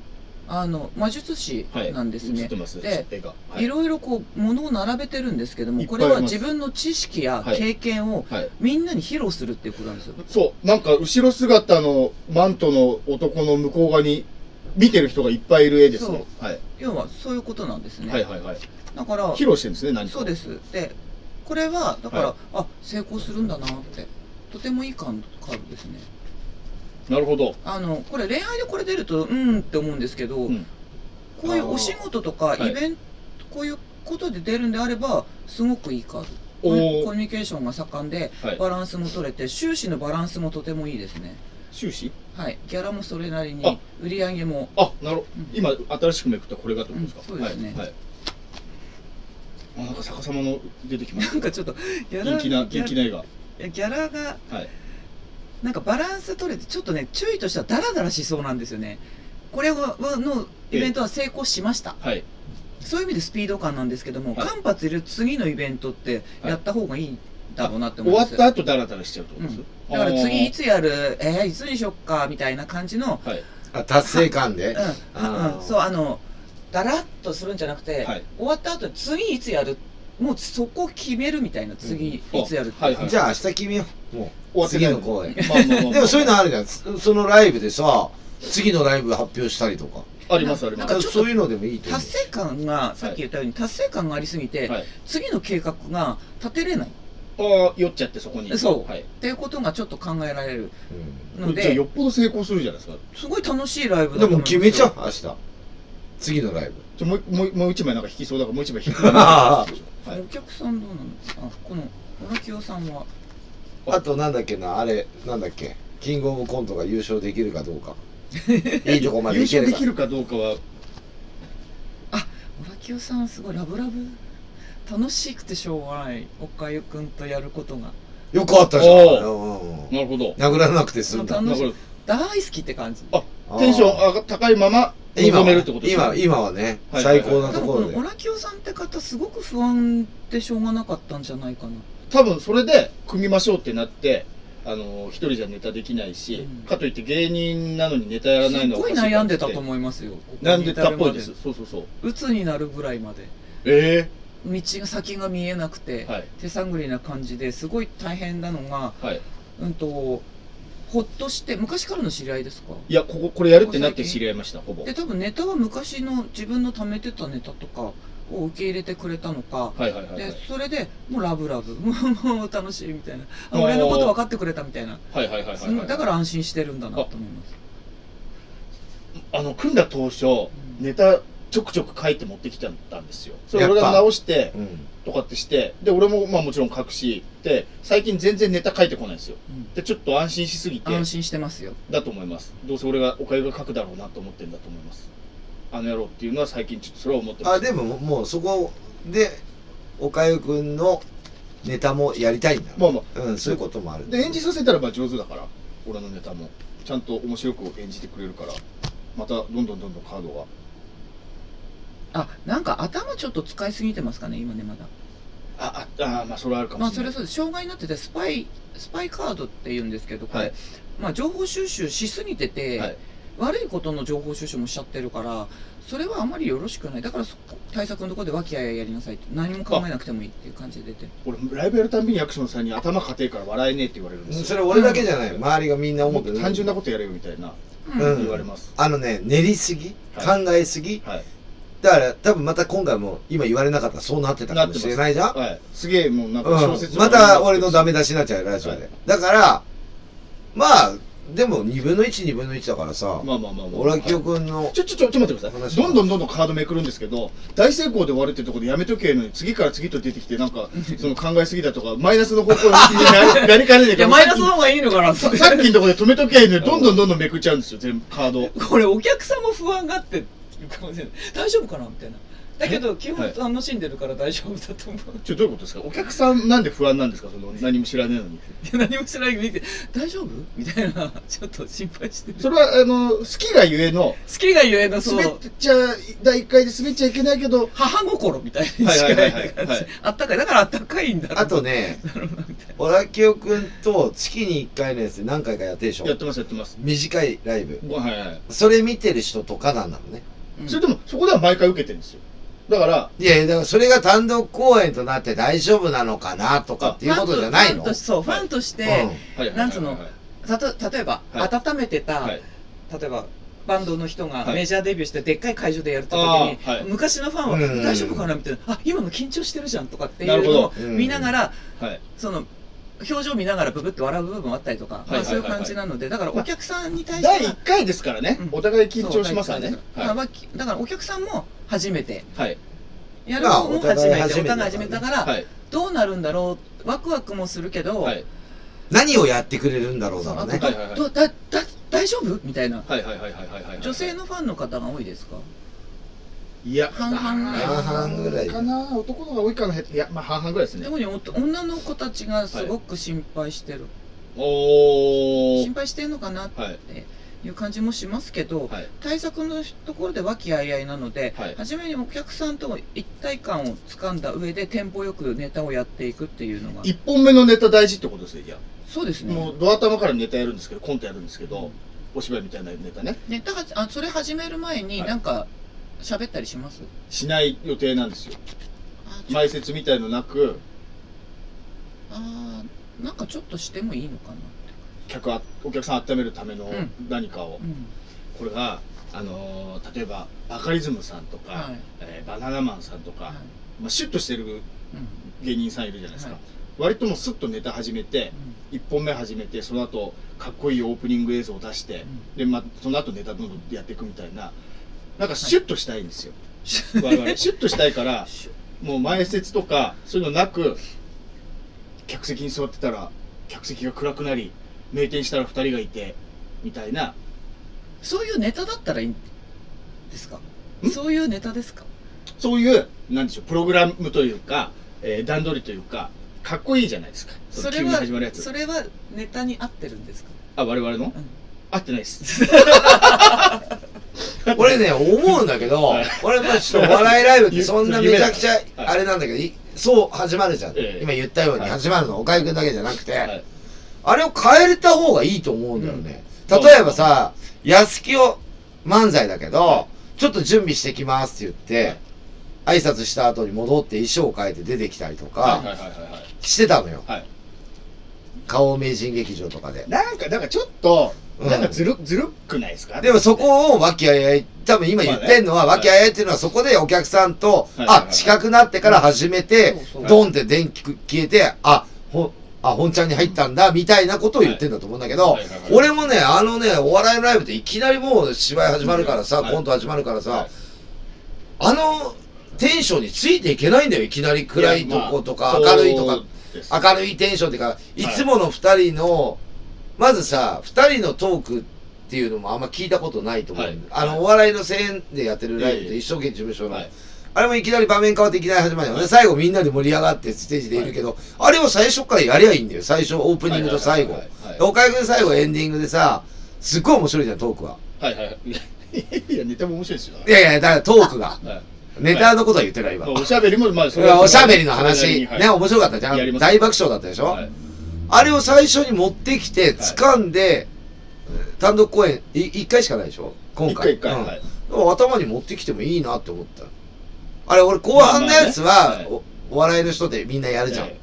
あの魔術師はい。なんです映ねって、ます。で絵が。はいいろいろこう物を並べてるんですけどいもっぱこいあれりまはす自分の知識やはい経験をはいみんなに披露するっていうことなんですよ、そう。なんか、後ろ姿のマントの男の向こう側に、見てる人がいっぱいいる絵ですね。はい。要はそういうことなんですね、はいはいはい。だから披露してるんですね、何か。。そうですすでこれはだから、はあ成功するんだなってとてもいいカードですねなるほど。あのこれ恋愛でこれ出るとうーんって思うんですけど、んこういうお仕事とかあーイベント、こういうことで出るんであればすごくいいカードおコミーュニケーションが盛んではいバランスも取れて収支のバランスもとてもいいですね終始はい、ギャラもそれなりあに売り上げもあ、なるほどうん。今、新しくめくったこれがってことですか、うんそうですねはい。はいあ、なんか逆さまの出てきまなしんた。かちょっとギャラ元気な、ギ元ャ気な映画。いやギャラがはい。なんかバランス取れてちょっとね注意としてはダラダラしそうなんですよねこれははのイベントは成功しましたはい。そういう意味でスピード感なんですけども、はい間髪入れる次のイベントってやった方がいいんだろうなって思終いわまっす、た後、ダラダラしちゃうってことです、だから次いあつやるえー、いつにしよっかみたいな感じのーはい。あ達成感で。うん、あーうん、そうあのだらっとするんじゃなくて、はい終わった後に次いつやるもうそこ決めるみたいな次いつやるって、あはいはいじゃあ明日君は、も終わう、ってな次いの公演。まあまあまあまあでもそういうのあるじゃん。そそのライブでさ、次のライブ発表したりとか。ありますありまなんすか。ちょっとそういうのでもいいと思う達。成感がさっき言ったように達成感がありすぎて、はい。次の計画が立てれないっああ、酔っちゃってそこに。そうはい。ていうことがちょっと考えられるうんのじゃあ、でよっぽど成功するじゃないですか。すごい楽しいライでブだと思いもます決よめちゃう、明日。次のライブ。ちょもう、もう、もう一枚なんか引きそうだから、もう一枚引く。あはいお客さんどうなのあこの小野清さんはあとなんだっけな、あれ、なんだっけ。キングオブコントが優勝できるかどう か。いいとこま優でいけ勝るでかき。るかどうかは、小野清さんはすごいラブラブ楽しくてしょうがないおかゆくんとやることがよくあったじゃん。おうんなるほど。殴らなくて済んだあ。のなる大好きって感じほど。テンション上が高いまま、今望はめるってことですね今、今はね、はいはいはい最高な多と分こころので小。野清さんって方すごく不安でしょうがなかったんじゃないかな多分それで組みましょうってなって、あの、一人じゃネタできないし、うんかといって芸人なのにネタやらないすっのごいから悩んでたとっ思いますよて悩んでたっぽいです。そうそうそう。鬱になるぐらいまでえ道が先が見えなくて、えはい。手探りな感じですごい大変なのが、はい。うんと、ほっとして、昔からの知り合いですかいや、ここ、これやるってなって知り合いました、ほぼ。で、多分ネタは昔の自分の貯めてたネタとかを受け入れてくれたのか、はいはいはいはいで、。それでもうラブラブ、 もうもう楽しいみたいな、ああー俺のこと分かってくれたみたいな、はいはいはいはい、はい。だから安心してるんだなと思います。あの、組んだ当初、んネタちょくちょく書いて持ってきてたんですよ。それやっ俺ぱが直して、うんとかってして、で、俺もまあもちろん書くし、で、最近全然ネタ書いてこないんですよ。うんで、ちょっと安心しすぎて、安心してますよ。だと思います。どうせ俺が、おかゆが書くだろうなと思ってんだと思います。あの野郎っていうのは最近ちょっとそれは思ってます。あ、でももうそこで、おかゆくんのネタもやりたいんだ。まあまうん、そういうこともああ。る。で、演じさせたらば上手だから、俺のネタも。ちゃんと面白く演じてくれるから、またどんどんどんどんカードが。あ、なんか頭ちょっと使いすぎてますかね、今ね、まだ。あ、あ、あまあそれはあるかまもあしそれれな。はいそうです障害になっててスパイスパイカードって言うんですけどこれ、はいまあ情報収集しすぎてて、はい悪いことの情報収集もしちゃってるからそれはあまりよろしくないだからそこ対策のところで和気あいあいやりなさいって何も考えなくてもいいっていう感じで出て俺、ライブやるたんびにアクションさんに頭硬いから笑えねえって言われるんですそよ。れ俺だけじゃない。周りがみんなも思っってとる。単純なことやれよみたいな、うんうん言われます。あのね、練りすぎ、は考えすぎ。はい。だから多分また今回も今言われなかったらそうなってたかもしれないじゃん。はい。すげえもうなんか小う説ん、また俺のダメ。メ出しになっちゃうよラジオで、はいだからまあでも2分の12分の1だからさ、まあまあまあまあ。俺は清くんの、ちょ、ちょ、ちょ、ちょ、待ってください。どんどんどんどんカードめくるんですけど、大成功で終わるってところでやめとけのに、次から次と出てきて、なんか、その考えすぎだとか、マイナスの方向に ななりかねないいやらマイナスの方がいいのかなさっきさっきのところで止めとけのに、どんどんどんどんめくっちゃうんですよ、全部カード。これお客さんも不安があってるかもしれない大丈夫かなみたいなだけど基本はい楽しんでるから大丈夫だと思う、ちょ、どういうことですかお客さんなんで不安なんですかその、何も知らねえのに。いや何もしないけど見て大丈夫みたいなちょっと心配してるそれは、あの、好きがゆえの、好きがゆえのそ滑っうちゃ、第1回で滑っちゃいけないけど、母心みたいにはいは近いはいいはい感はいじあったかいだからあったかいんだろうあとね俺は清くんと月に1回のやつで何回かやってるでしょやってます、やってます。短いライブごはいはい。それ見てる人とかなんだろうねうんそれでも、そこでは毎回受けてるんですよ。だから、いやいやだからそれが単独公演となって大丈夫なのかなとかっていうことじゃないのファンとファンとそうファンとしてはいはいはいはいなんつうのたと例えばはい温めてたは例い。えばバンドの人がはいメジャーデビューしてでっかい会場でやるときあにーはい昔のファンはうん大丈夫かなみたいなあ今の緊張してるじゃんとかっていなるうほのどを見ながらはい。その表情見ながらブブって笑う部分もあったりとかいはいはいまあそういう感じなのでだからお客さんに対し第ては1回ですからね、うんお互い緊張しますからそねう。だからはまあだからお客さんも初めてい。はい。やる方もまあお初互いめて初めてお互い始めたから、はい。どうなるんだろうワクワクもするけど、はい。何をやってくれるんだろうそだうろあうとね どはいはいはいどだだ大丈夫みたいなはいはいはいはいはいはい。女性のファンの方が多いですかいや、半々ぐらい半々ぐらいかな男の方が多いかな。いや、まあ半々ぐらいですね。特におと女の子たちがすごく心配してる、おー。心配してんのかなっはい。ていう感じもしますけど、はい。対策のところで和気あいあいなので、はい初めにお客さんと一体感をつかんだ上でテンポよくネタをやっていくっていうのが一本目のネタ大事ってことですよ。いや、そうですねもうドア頭からネタやるんですけど、コントやるんですけど、お芝居みたいなネタね、ネタはあそれ始める前にはいなんか喋ったりします、しない予定なんですよ。あちょ前説みたいのなく、あーなんかちょっとしてもいいのかな、客あ、お客さん温めるためのうん何かを。うんこれが、あのー例えば、バカリズムさんとか、はいえーバナナマンさんとか、はいまあ、シュッとしてるうん芸人さんいるじゃないですか。はい割ともうスッとネタ始めて、1本目始めてその後かっこいいオープニング映像を出して、でまあ、その後ネタどんどんやっていくみたいななんかシュッとしたいんですよ、我 々シュッとしたいからもう前説とかそういうのなく客席に座ってたら客席が暗くなり名店したら2人がいてみたいなそういうネタだったらいいんですかそういうネタですかそういうなんでしょうプログラムというか、えー段取りというかかっこいいじゃないですかそ急れには始まるやつそれはネタに合ってるんですか、あ我々の、うん合ってないです 俺ね、思うんだけどはい、俺まあちょっとお笑いライブ ってそんなめちゃくちゃあれなんだけど、いそう始まるじゃん。ええ今言ったようにはい始まるの、岡井くんだけじゃなくはて、いあれを変えた方がいいと思うんだよね。うん例えばさ、安清漫才だけど、ちょっと準備してきますって言って、挨拶した後に戻って衣装を変えて出てきたりとはいはかいはいはいはいしてたのよはい。顔名人劇場とかで。なんか、なんかちょっと、うんなんかずる、ずるくないですかでもそこを和気あいあい、多分今言ってんのは、まあね和気あいあいっていうのはそこでお客さんと、はいはいはいあ、近くなってから始めてそうそう、ドンって電気消えて、あ、ほん、あ、本ちゃんに入ったんだ、みたいなことを言ってんだと思うんだけどはいはいはいはい、俺もね、あのね、お笑いライブっていきなりもう芝居始まるからさ、はいコント始まるからさは、あの、テンションについていけないんだよ、いきなり暗いとことか、やまあ明るいとかそう。です明るいテンションっていうか、いつもの二人の、まずさ、二人のトークっていうのもあんま聞いたことないと思う。はいあの、お笑いの声援でやってるライブえでえ一生懸命事務所の、はいあれもいきなり場面変わっていきなり始まるよね。最後みんなで盛り上がってステージでいるけど、あれを最初からやりゃいいんだよ。最初、オープニングと最後はいはいはいはい。岡井くん最後エンディングでさ、すっごい面白いじゃん、トークは。はいはい はい。いや、ネタも面白いですよ。いやいや、だからトークが。はいネタのことは言ってない、今まあ。おしゃべりも、まあ、そいれはやおしゃべりの話、はいね、面白かったじゃやりん。ます大爆笑だったでしょ、はいあれを最初に持ってきて、掴んで、単独公演、い一回しかないでしょ今一回。回一回。うんはい頭に持ってきてもいいなって思った。あれ、俺、後半のやつまあまあはね、おお笑いの人でみんなやるじゃん。え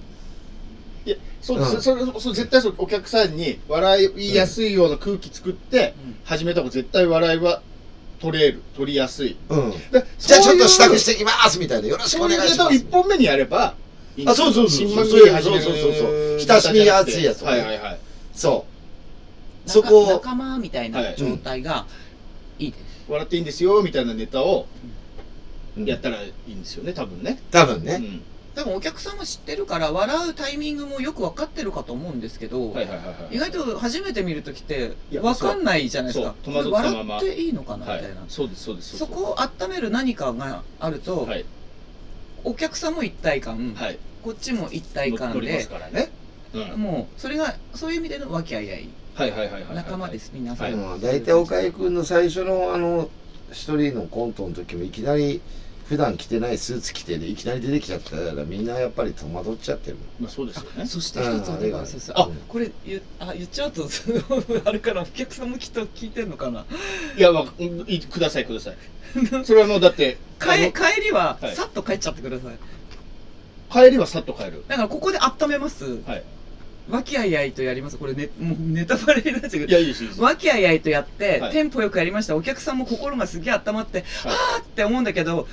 えいや、そう、うんそれ、そそう絶対そう、お客さんに笑いやすいような空気作って、始めた方が絶対笑いは取れる、取りやすい。うん。でじゃあ、ちそょうっいうと支度してきますみたいな。よろしくそおうい願いうネしタまをす一。本目にやればいいんですよ、あそうそうそう新番組で始めるそうそうそうそうネタじ親しゃなくてみやすいやつはいはいはい。そう。仲そこを、仲間みたいな状態がいいです、笑っていいんですよみたいなネタをうんやったらいいんですよね、多分ね。多分うね。ん多分お客さんは知ってるから笑うタイミングもよく分かってるかと思うんですけど、はいはいはい意は外と初めて見るときっていや分かんないじゃないですかそう戸惑ったままこれ笑っていいのかなみたい。いな、はい、そうですそうです。そうこを温める何かがあると、はいお客さんも一体感、はい。こっちも一体感乗りまですからね。うん。はいもうそれがそういう意味での和気あいあいはいはいはいはい。仲間です皆さん、うん大体、岡井くんの最初の、あの、一人のコントの時もいきなり、普段着てないスーツ着てで、いきなり出てきちゃったから、みんなやっぱり戸惑っちゃってるもん。まあそうですよね。そして一つあればうんそうそうああこれ言あ言っちゃうとあれからお客さんもきっと聞いてんのかないやまあうんいくださいください。それはもうだって帰あ帰りははいさっと帰っちゃってください、の帰りはさっと帰る。だからここで温めますはい。和気あいあいとやりますこれ、ね、もうネタバレになっちゃういけどやいいですいいです。和気あいあいとやって、はいテンポよくやりましたお客さんも心がすげえ温まって、はいあーって思うんだけど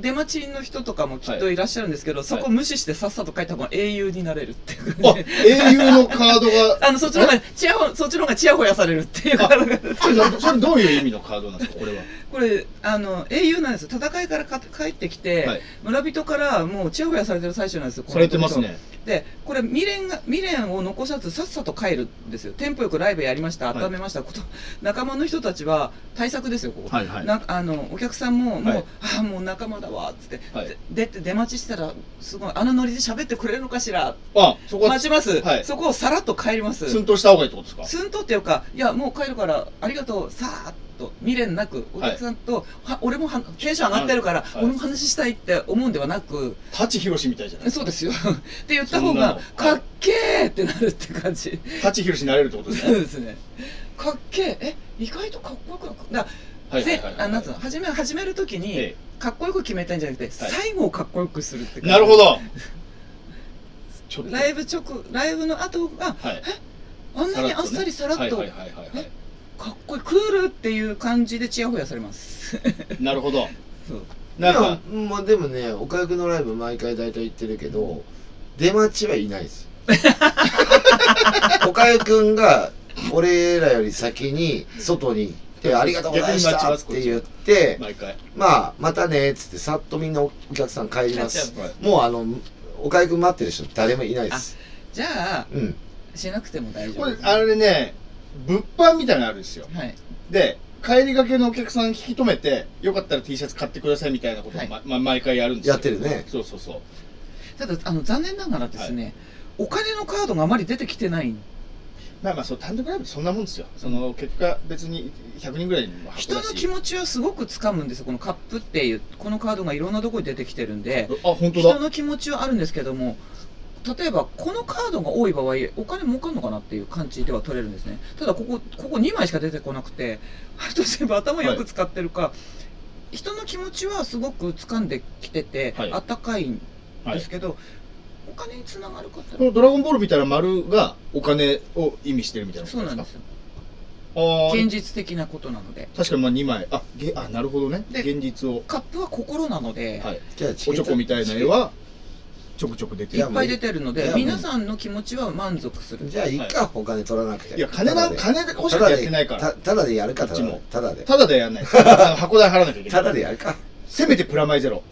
出待ちの人とかもきっといらっしゃるんですけど、そこ無視してさっさと帰った方が英雄になれるっていうあ感じで英雄のカードが。あのそっちの方がチヤホそっちの方がチヤホヤされるっていう感じでそれなそれどういう意味のカードなんですかこれは。これあの英雄なんですよ戦いからか帰ってきて、はい村人からもうチヤホヤされてる最中なんですよされてますね。この人でこれ未練が未練を残さずさっさと帰るんですよテンポよくライブやりましたはい温めました、こと仲間の人たちは対策ですよここ、はいはいなあのお客さんももう、はいああもう仲間だわっつって、はいで出て出待ちしたらすごいあのノリで喋ってくれるのかしらあ、そこは待ちます、はいそこをさらっと帰ります寸とした方がいいってことですかすんとっていうか、いや、もう帰るから、ありがとう、さーっと、未練なく、お客さんと、は俺もはテンション上がってるから、はい俺も話したいって思うんではなく、舘ひろしみたいじゃないですそか。うですよ。 って言ったそ方んなのがはい、かっけーってなるって感じ。舘ひろしになれるってことですそうね。ですね。かっけー、え、意外とかっこよくなく、だはいはいぜはいはい。あなんつうの、始め、始めるときにえ、かっこよく決めたいんじゃなくて、最後をかっこよくするってえなるほど。ど。ちょっと。ライブ直、ライブの後が、はい。あんなにあっさりさらっと、はいはいはいはいはいかっこいい、クールっていう感じでチヤホヤされます。 なるほど。そうなんか、いやまあでもね岡かくのライブ毎回大体行ってるけど出待ちはいないです 岡かくんが俺らより先に外に行って「ありがとうございまし逆に待ちた」まっすて言って毎回。 「まあまたね」っつってさっとみんなお客さん帰りますはいもうあの岡かくん待ってる人誰もいないですじゃあ、うんしなくても大丈こ夫れです。あれね物販みたいなのあるんですよはい。で帰りがけのお客さん引き止めてよかったら T シャツ買ってくださいみたいなことを、はいまま毎回やるんですよやってるねそうそうそうただ、あの、残念ながらですね、お金のカードがあまり出てきてない。まあまあそう単独ライブそんなもんですよその結果別に100人ぐらいにも人のだし気持ちをすごく掴むんですよ。このカップっていう、このカードがいろんなところに出てきてるんで、あ本当人だの気持ちはあるんですけども、例えば、このカードが多い場合、お金儲かんのかなっていう感じでは取れるんですね。ただ、ここ、ここ2枚しか出てこなくて、あと全部頭よく使ってるか、人の気持ちはすごく掴んできてて、はいあったかいんはでいすけど、お金につながるかってこのドラゴンボールみたいな丸がお金を意味してるみたいなこそとうでなすかんですよあー現実的なことなので確かにまあ2枚あげあなるほどねで現実をカップは心なので、はいじゃあチケおットちょこみたいな絵はちょくちょく出ているいっぱい出てるのいでやもう皆さんの気持ちは満足するじゃあいいか、お金取らなくていや金なただで金でこしかやってないからただでたただでやるかこただっちでもただでただでやんないですあの箱代払わなきゃいけないただでやるかせめてプラマイゼロ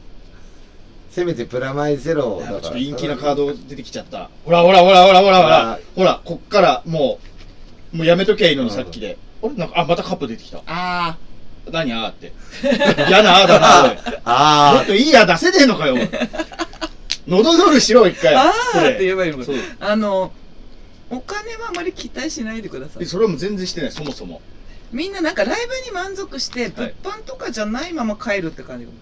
せめてプラマイゼロだちかょらっと陰気なカード出てきちゃったほらほらほらほらほらほらほらこっからもうもうやめときゃいいのにさっきであれなんかあまたカップ出てきたあ何あーって 嫌なあーだなおいもあっといいや出せねえのかよおい喉ドルしろ一回ーあそーれって言えばいいのかそうあのお金はあまり期待しないでくださでいそれはもう全然してないそもそもみんななんかライブに満足して物販とかじゃないまま帰るって感じ、ま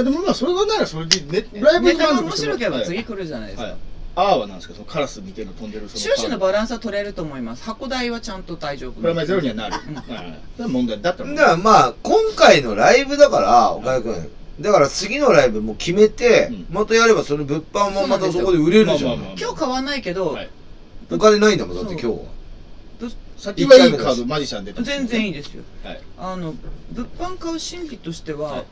あでもまあそれがならそれでねライブネにタが満面足して白もければはい次来るじゃないですか、はいあーはなんですかそのカラスみたいな飛んでるその収支のバランスは取れると思います箱代はちゃんと大丈夫プラマイゼロにはなる。うんはいはいそれは問題だったらだからまあ今回のライブだから岡井君だから次のライブも決めて、うんまたやればその物販もまたそこで売れるじゃん、まあまあまあ今日買わないけど、はいお金ないんだもんだって今日は先はいいカードマジシャン出てますね全然いいですよはいあの物販買う心理としては、はい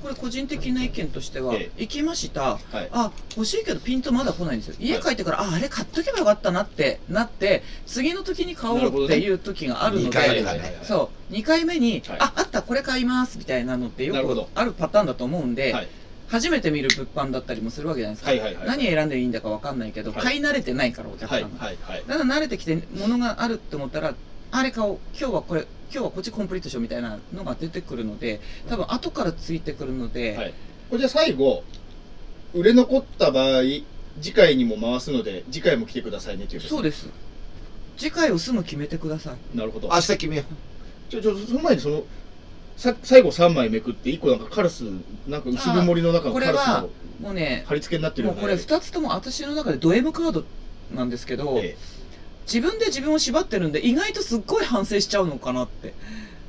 これ個人的な意見としては、え行きましたはいあ欲しいけどピンとまだ来ないんですよ家帰ってから、ああれ買っとけばよかったなってなって次の時に買おなるほうどっねていう時があるの二で、回目だはいはいねはいそう2回目に、はいああったこれ買いますみたいなのってよなるほくどあるパターンだと思うんで、はい初めて見る物販だったりもするわけじゃないですか、はいはいはい何選んでいいんだかわかんないけど、はい買い慣れてないからお客さはんいが、はいはいただ慣れてきて物があるって思ったらあれ買おう今日はこれ今日はこっちコンプリートしようみたいなのが出てくるので多分後からついてくるので、はいこれじゃあ最後売れ残った場合次回にも回すので次回も来てくださいねっていうそうです次回を住む決めてくださいなるほど明日決めよちょちょその前にそのさ最後3枚めくって1個なんかカラスなんか薄曇りの中のこカラれスはのもうね貼り付けになってるよもうねこれ2つとも私の中でド M カードなんですけど、ええ自分で自分を縛ってるんで意外とすっごい反省しちゃうのかなって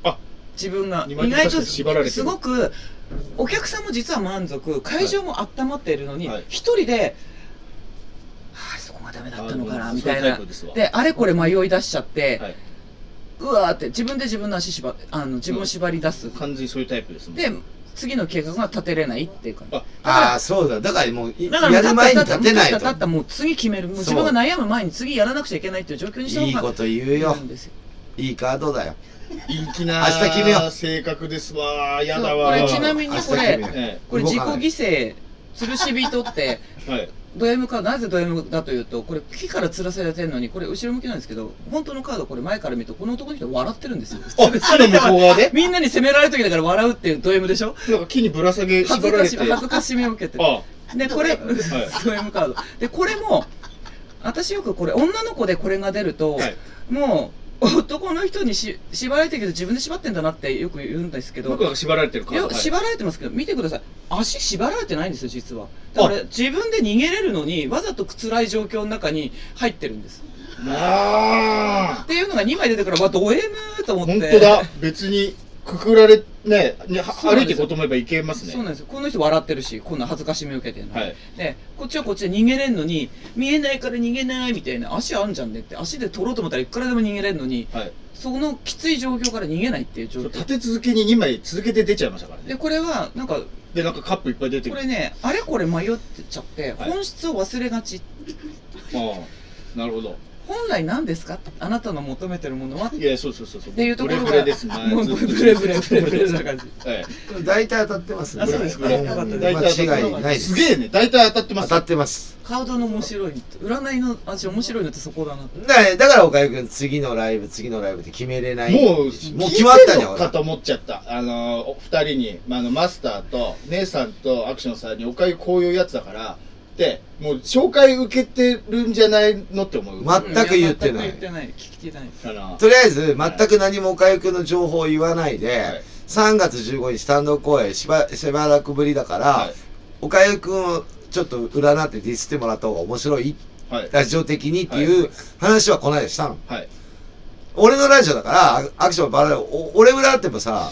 あ自分が意意外と確か外とに縛られてるすごくお客さんも実は満足会場も温まっているのにはい一、人で「はあそこがダメだったのかあな」のみたいそううタなイプですわであれこれ迷い出しちゃって、はいうわーって自分で自分の足縛あの自分を縛り出す、完全にそういうタイプですもんで次の計画が立てれないっていうかあああそうだだからもういだからやる前にた立てないたたたともう次決めるもう自分が悩む前に次やらなくちゃいけないっていう状況にしたいい方がこと言うよんですよいいカードだよ陰気な明日決めよう性格ですわやだそうこわれちなみに明日こ決めれようえこれ動自己かない犠牲吊るし人ってえはいド M カード、なぜド M だというと、これ、木から吊らされてるのに、これ、後ろ向きなんですけど、本当のカード、これ、前から見ると、この男の人、笑ってるんですよ。あ、でも向こう側でみんなに責められる時だから笑うっていうド M でしょ なんか木にぶら下げ縛恥ずらかれ。してめ、恥ずかしめを受けて。あで、これ、はい ド M カード。で、これも、私よくこれ、女の子でこれが出ると、はいもう、男の人にし縛られてるけど、自分で縛ってんだなってよく言うんですけど、僕は縛られてるいから。や、縛られてますけど、見てください。足縛られてないんですよ、実は。だから、自分で逃げれるのに、わざと辛い状況の中に入ってるんです。ああっていうのが2枚出てから、わ、ド M と思って。本当だ。別に、くくられ、ね、ねはそう歩なんいてですこようと思えばいけますそうなんね。ですよ。この人笑ってるし、こんな恥ずかしめを受けてるのに、はいで、こっちはこっちで逃げれんのに、見えないから逃げないみたいな、足あんじゃんねって、足で取ろうと思ったらいくらでも逃げれんのに、はい。そのきつい状況から逃げないっていう状そう況立。て続けに2枚続けて出ちゃいましたからで、ね。これは、なんか、で、なんかカップいっぱい出てこくれる。ね、あれこれ迷ってちゃって、はい本質を忘れがち。ああなるほど。本来何ですかあなたの求めてるものはっいや、そうそうそうそう。ていうところが、ブレブレです。 もうブレブレブレブレな感じ。え大体当たってますあそうですかはいよかったえ。です間違いないですす。げえね。大体当たってま当す。たってます。カードの面白いのって占いの味面白いのってそこだなって。だからだから岡井くん、次のライブ、次のライブって決めれない。もう、もう決まったじゃん、聞いてのほからと思っちゃった。あのー、お二人に、まあ、あの、マスターと、姉さんとアクションさんに、おかゆこういうやつだから、で、もう、紹介受けてるんじゃないのって思う。ま全く言ってないや全く言ってない。聞きてない。 あのとりあえず、全く何も岡井くんの情報を言わないで、はい3月15日、スタンド公演しば、しばらくぶりだから、は岡井くんをちょっと占ってディスってもらった方が面白い、い。はい。ラジオ的にっていう話はこないでしたの。はい。俺のラジオだから、アクションバラお俺占ってもさ、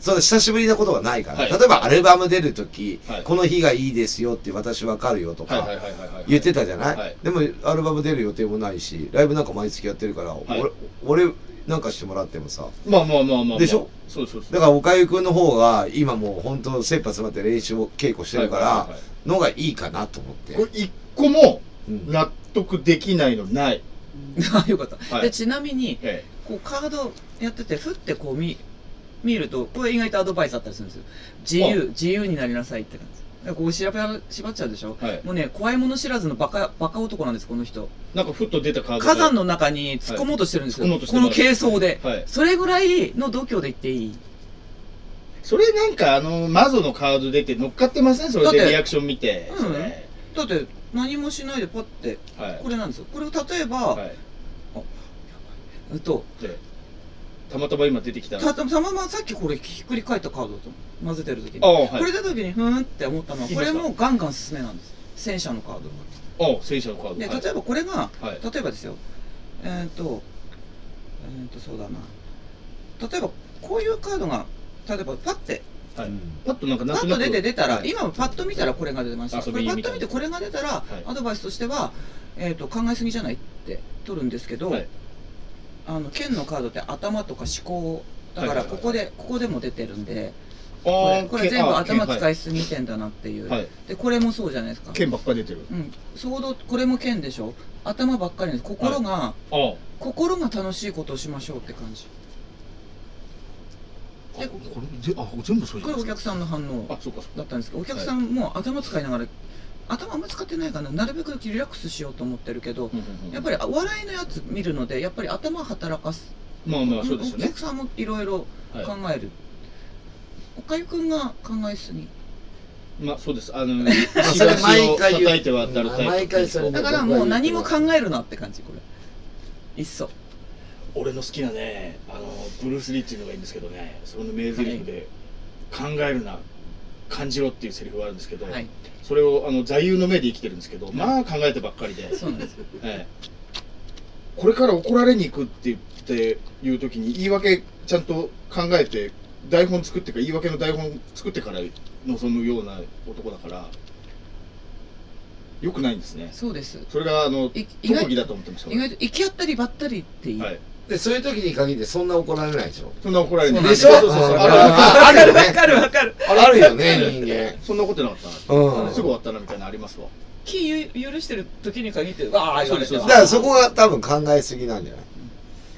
その久しぶりなことがないから、はい例えばアルバム出るとき、はいこの日がいいですよって私わかるよとか、はい。はい。はい。はい。言ってたじゃない、はいでもアルバム出る予定もないしライブなんか毎月やってるから、い俺俺なんかしてもらってもさまあまあまあまあまあ。でしょそうそうそう。だからおかゆくんの方が今もう本当切羽詰まって練習を稽古してるかはらいはいはいのがいいかなと思って、これ、一個もうん納得できないのない。あよかった。はいでちなみにえこうカードやっててふってこう見見るとこれ意外とアドバイスあったりするんですよ。自由自由になりなさいって感じ。だからこう調べ縛っちゃうでしょ。え。はい。もうね怖いもの知らずのバカバカ男なんですこの人。なんか、ふっと出たカード火が山の中に突っ込もうとしてるんですよ。はい突っ込もうとしてこますの軽装で。はい。それぐらいの度胸で言っていい。それなんか、あの、マゾのカード出て乗っかってませんそれだっでてリアクション見て。うそんれだって何もしないでパッてはいこ。れなんですよ。これを例えば、はい。えっとでたまたま今出てきたたたままさっきこれひっくり返ったカードと混ぜてる時に。ああ、はこれい。出た時にふーんって思ったのは言いこましれたもガンガン進めなんです戦車のカードああ、戦車のカード。ではい例えばこれがはい。例えばですよえーっ、とえーっ、とそうだな例えばこういうカードが例えばパッてはいうんパッとなんか、パなんとッなとく。出て出たらはい今もパッと見たらこれが出てました遊こびれみパたいッなと見てこれが出たらいアドバイスとしては、えーっと考えすぎじゃないって取るんですけど、はいあの剣のカードって頭とか思考だかはいはいはいらここでここでも出てるんでこあれあ、これ全部頭使い。いすぎてんだなっていうはい。でこれもそうじゃないですか剣ばっか出てる。うん想像これも剣でしょ頭ばっかりなんです心が、ああ。心が楽しいことをしましょうって感じあえこれぜあ全部それこれお客さんの反応あそうかそうかだったんですけどお客さんも頭使いながら、頭あんま使ってないからなるべくリラックスしようと思ってるけど、やっぱりお笑いのやつ見るのでやっぱり頭働かすまあまあそうですよおね客さんもいろいろはい考える、おかゆくんが考えすぎまあそうですあのまあそれ毎回叩言いうては当たるタイプ毎回それねだからもう何も考えるなって感じこれいっそ俺の好きなねあのブルース・リーっていうのがいいんですけどねその名台詞で「考えるな感じろ」っていうセリフがあるんですけど、はいそれをあの座右の銘で生きてるんですけど、まあ考えてばっかり で、そうなんですええこれから怒られに行くって言っていう時に言い訳ちゃんと考えて台本作ってから言い訳の台本作ってから臨むような男だからよくないんですねそうですそれがあのい意特外技だと思ってました意外と行き合ったりばったりっていい、はいでそういう時に限ってそんな怒られないでしょそんな怒られないでしょそうそうそうそうあらああるよわねかるわかる。あるよね人間そんなことなかったうんな、すぐ終わったなみたいなのありますわ気ゆ許してる時に限って、わあ、言われてそだうかでらそこが多分考えすぎなんじゃない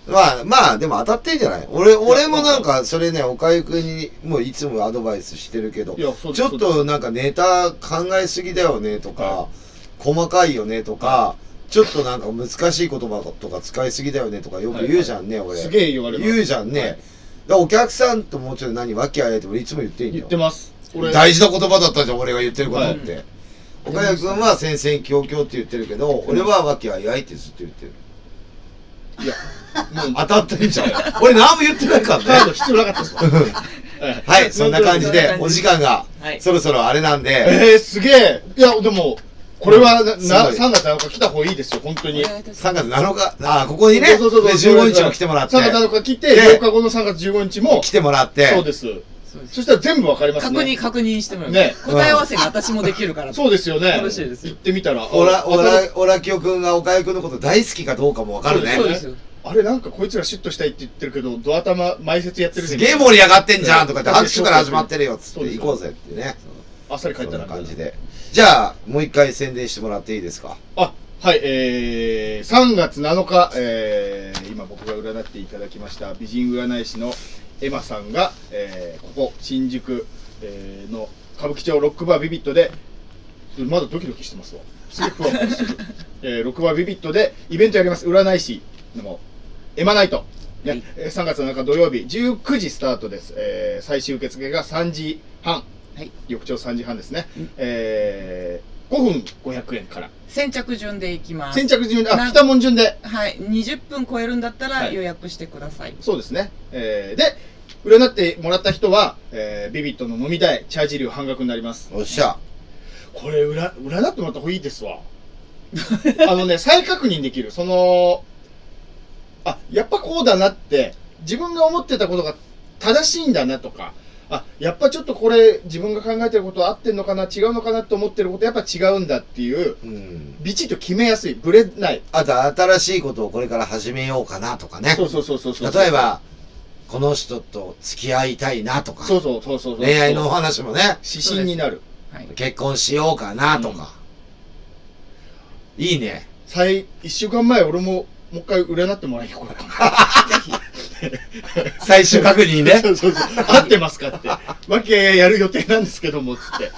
まあまあでも当たってんじゃない俺俺もなんかそれねおかゆくんにもういつもアドバイスしてるけどいやそうちですょっとなんかネタ考えすぎだよねとか細かいよねとか、ちょっとなんか難しい言葉とか使いすぎだよねとかよく言うじゃんね、俺。すげえ言われます言うじゃんね。はいだからお客さんともうちょっと何、和気あいあいって俺いつも言っていいんだ言よって。ます俺大事な言葉だったじゃん、俺が言ってることって。は岡谷君は戦々恐々って言ってるけど、俺は和気あいあいってずっと言ってる。いやもう当たってん じゃん。俺何も言ってないか カらードね。必要なかったですわはいはい、そんな感じで、お時間がはいそろそろあれなんで、えー、すげえいやでもこれはな、すごない3月7日来た方がいいですよ本当に3月7日、ああ、ここにね、でそうそうそうそう15日も来てもらって3、月7日来てで8日後の3月15日も来てもらって、そうですそうですそしたら全部わかります確ね認、確認してもらう。ね答え合わせが私もできるから。そうですよねよろしいです行ってみたらオラ、オあラ、オラキオ君が岡谷君のこと大好きかどうかもわかるねそう。ですよ。あれなんかこいつらシュッとしたいって言ってるけどドア玉埋設やってるすぜげえ盛り上がってんじゃんとかって拍手から始まってるよっつっそうでてす行こうぜってね。あっさりそ帰っんたなな感じで。じゃあ、もう一回宣伝してもらっていいですか。あはいえー、3月7日、えー、今僕が占っていただきました美人占い師のエマさんが、えー、ここ新宿、えー、の歌舞伎町ロックバービビットでまだドキドキしてますわすげえふわふわ してる、えー、ロックバービビットでイベントやります占い師のエマナイトはいね、えー3月7日土曜日19時スタートです、えー最終受付が3時半、はい翌朝3時半ですね、えー、5分500円から先着順でいきます。先着順で、なあ、来たもん順で。はい。20分超えるんだったらはい予約してください。そうですね。えーで、占ってもらった人は、えービビットの飲み代、チャージ料半額になります。おっしゃ。これ、占、占ってもらった方がいいですわ。あのね、再確認できる。その、あ、やっぱこうだなって、自分が思ってたことが正しいんだなとか、あ、やっぱちょっとこれ、自分が考えてることは合ってんのかな、違うのかなって思ってること、やっぱ違うんだっていう、うん。ビチッと決めやすい。ブレない。あと、新しいことをこれから始めようかなとかねそ。うそうそうそうそう。例え、ば、この人と付き合いたいなとか、そうそうそうそうそう。恋愛のお話もね、指針になる。はい。結婚しようかなとか。いいね。最、一週間前俺も、もう一回占ってもらいに行こうかな。最終確認 ね。 そうそうそう。合ってますかって。わけやる予定なんですけども、つって。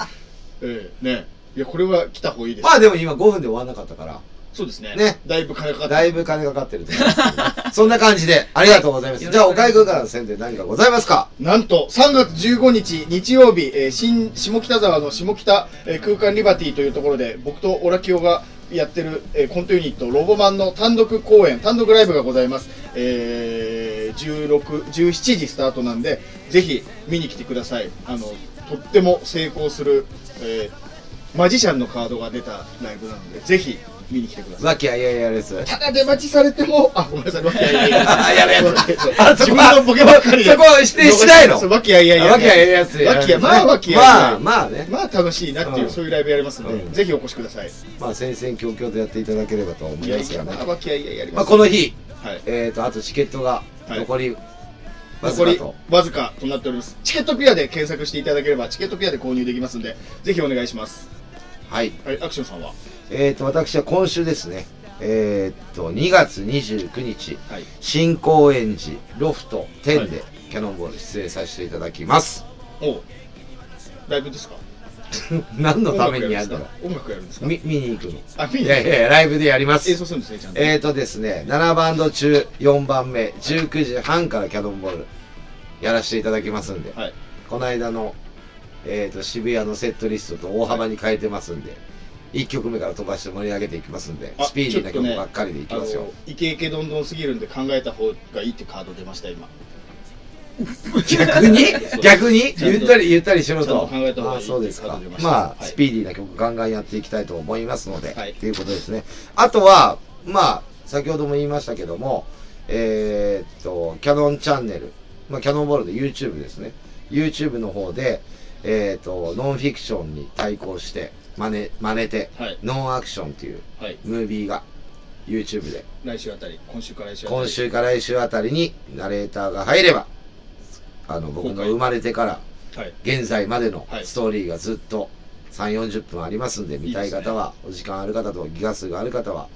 ええねいや、これは来た方がいいです。まあでも今5分で終わんなかったから。そうですね。ねだいぶ金かかった。だいぶ金かかってると思いますけどそんな感じで、ありがとうございます。はいじゃあ、おかゆくんからの宣伝何かございますかなんと、3月15日、日曜日、えー新、下北沢の下北、えー空間リバティというところで、僕とオラキオがやってる、えーコントユニット、ロボマンの単独公演、単独ライブがございます。えー、16、17時スタートなんで、ぜひ見に来てください。あの、とっても成功する、えーマジシャンのカードが出たライブなので、ぜひ見に来てください。わきあいあいあいです。ただ出待ちされても、あ、ごめんなさい、わけあいあいあやるやつあ自そこ分はのボケばっかりそこは否定しないのそうわけあいあいわきあいあいやつやわるきや、まあわきや。まあ、まあね。まあ楽しいなっていうう、んそういうライブやりますのうんで、ぜひお越しください。まあ、戦々恐々とやっていただければと思いいやまいすよや、ねまあ。わきやいややりままあ、す。この日、はい。えっと、あとチケットがはい残り、わず残かりと。わずかとなっております。チケットピアで検索していただければ、チケットピアで購入できますんで、ぜひお願いします。はい。はい、アクションさんはえっと、私は今週ですね。えっと、2月29日、はい。新高円寺ロフト10はでキャノンボール出演させていただきます。おうライブですか何のためにやるんだろう。音楽やるんですかみ見に行くの。あ、見いにやいやいや、ライブでやりま演す奏。するんですね、ちゃんと。えーとですね、7バンド中4番目、19時半からキャノンボールやらせていただきますんで、はい。この間の、えー、と渋谷のセットリストと大幅に変えてますんで、1曲目から飛ばして盛り上げていきますんで、あスピーディーなちょっと曲ねばっかりでいきあますよの。、イケイケどんどんすぎるんで考えた方がいいってカード出ました、今。逆にう逆にちゃんとゆったりゆったりしろちゃんと。と考えた方がいいあそうですかっていう感。じでまあ、はいスピーディーな曲ガンガンやっていきたいと思いますので、はいっていうことですね。あとは、まあ、先ほども言いましたけども、えーっと、キャノンチャンネル、まあ、キャノンボールで YouTube ですね。YouTube の方で、えーっと、ノンフィクションに対抗して、真似、真似て、はい。ノンアクションっていうはい。ムービーが YouTube で来週あたり、今週から来週あたり。今週か来週あたりにナレーターが入ればあの僕の生まれてからはい。現在までのはいストーリーがずっと3 4 0分ありますんで見たい方はお時間ある方とギガ数がある方は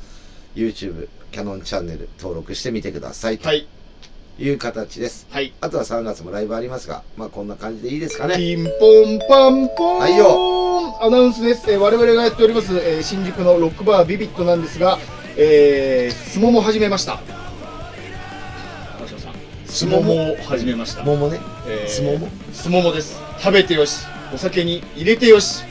YouTube キャノンチャンネル登録してみてくださいとはい。いう形ですはい。あとは3月もライブありますがまあこんな感じでいいですかねピンポンパンポーン。はいよアナウンスです、えー我々がやっております、えー新宿のロックバービビットなんですが、えー、相撲も始めました相撲も始めました桃ね。えーすももすももです食べてよしお酒に入れてよし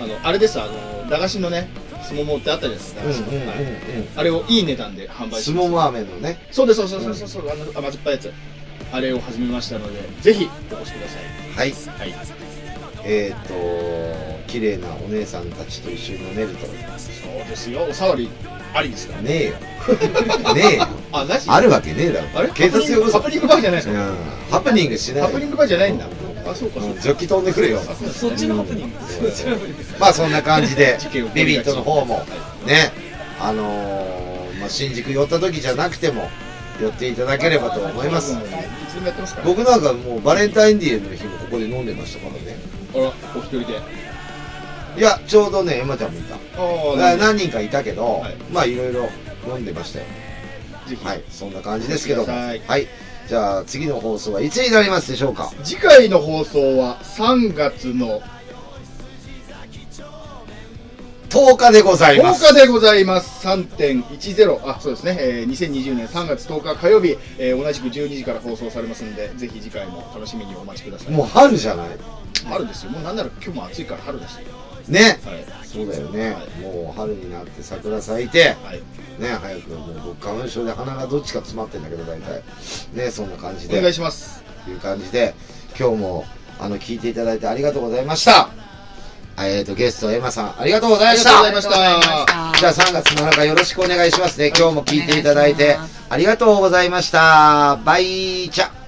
あのあれですあの駄菓子のねすももってあったじゃないですかうん駄う菓んう子のんはいあれをいい値段で販うん。売すしまもしたも飴のね。そうですそうですそうですそうですあの甘酸っぱいやつあれを始めましたのでぜひお越しくださいはい。はいえっ、ー、と、綺麗なお姉さんたちと一緒に飲めると。ねそうですよおさわりありですから ねえよ。ねえよ。あなしあるわけねえだろ。あれ警察呼ぶハぞプ。ニングバーじゃないですうんか。ハプニングしない。ハプニングバーじゃないんだあそうかうそうんかジョッキ飛んでくれよ。そっちのハプニングそっちのハプニングまあそんな感じで事件を、ビビットの方もは、ね、あのーまあ、新宿寄った時じゃなくても、寄っていただければと思いますい。つでもやってますから僕なんかもうバレンタインデーの日もここで飲んでましたからね。あらお一人でいや、ちょうどね、エマちゃんもいた。ああ何人かいたけど、はいまあいろいろ飲んでましたよ。ぜひはい、そんな感じですけども。ははいい。じゃあ次の放送はいつになりますでしょうか次回の放送は3月の ?10 日でございます。 10日でございます3.10あそうですね、えー2020年3月10日火曜日、えー同じく12時から放送されますのでぜひ次回も楽しみにお待ちくださいもう春じゃない春ですよもうなんなら今日も暑いから春だしね。はいそうだよね、はいもう春になって桜咲いて、はいね、早くもう僕花粉症で鼻がどっちか詰まってんだけど大体ねそんな感じお願いでしますいう感じで今日もあの聞いていただいてありがとうございましたあえーとゲストエマさんありがとうござあいまりしがとうございたましたじゃあ3月7日よろしくお願いしますね今日も聞いていただいてありがとうございましたバイチャ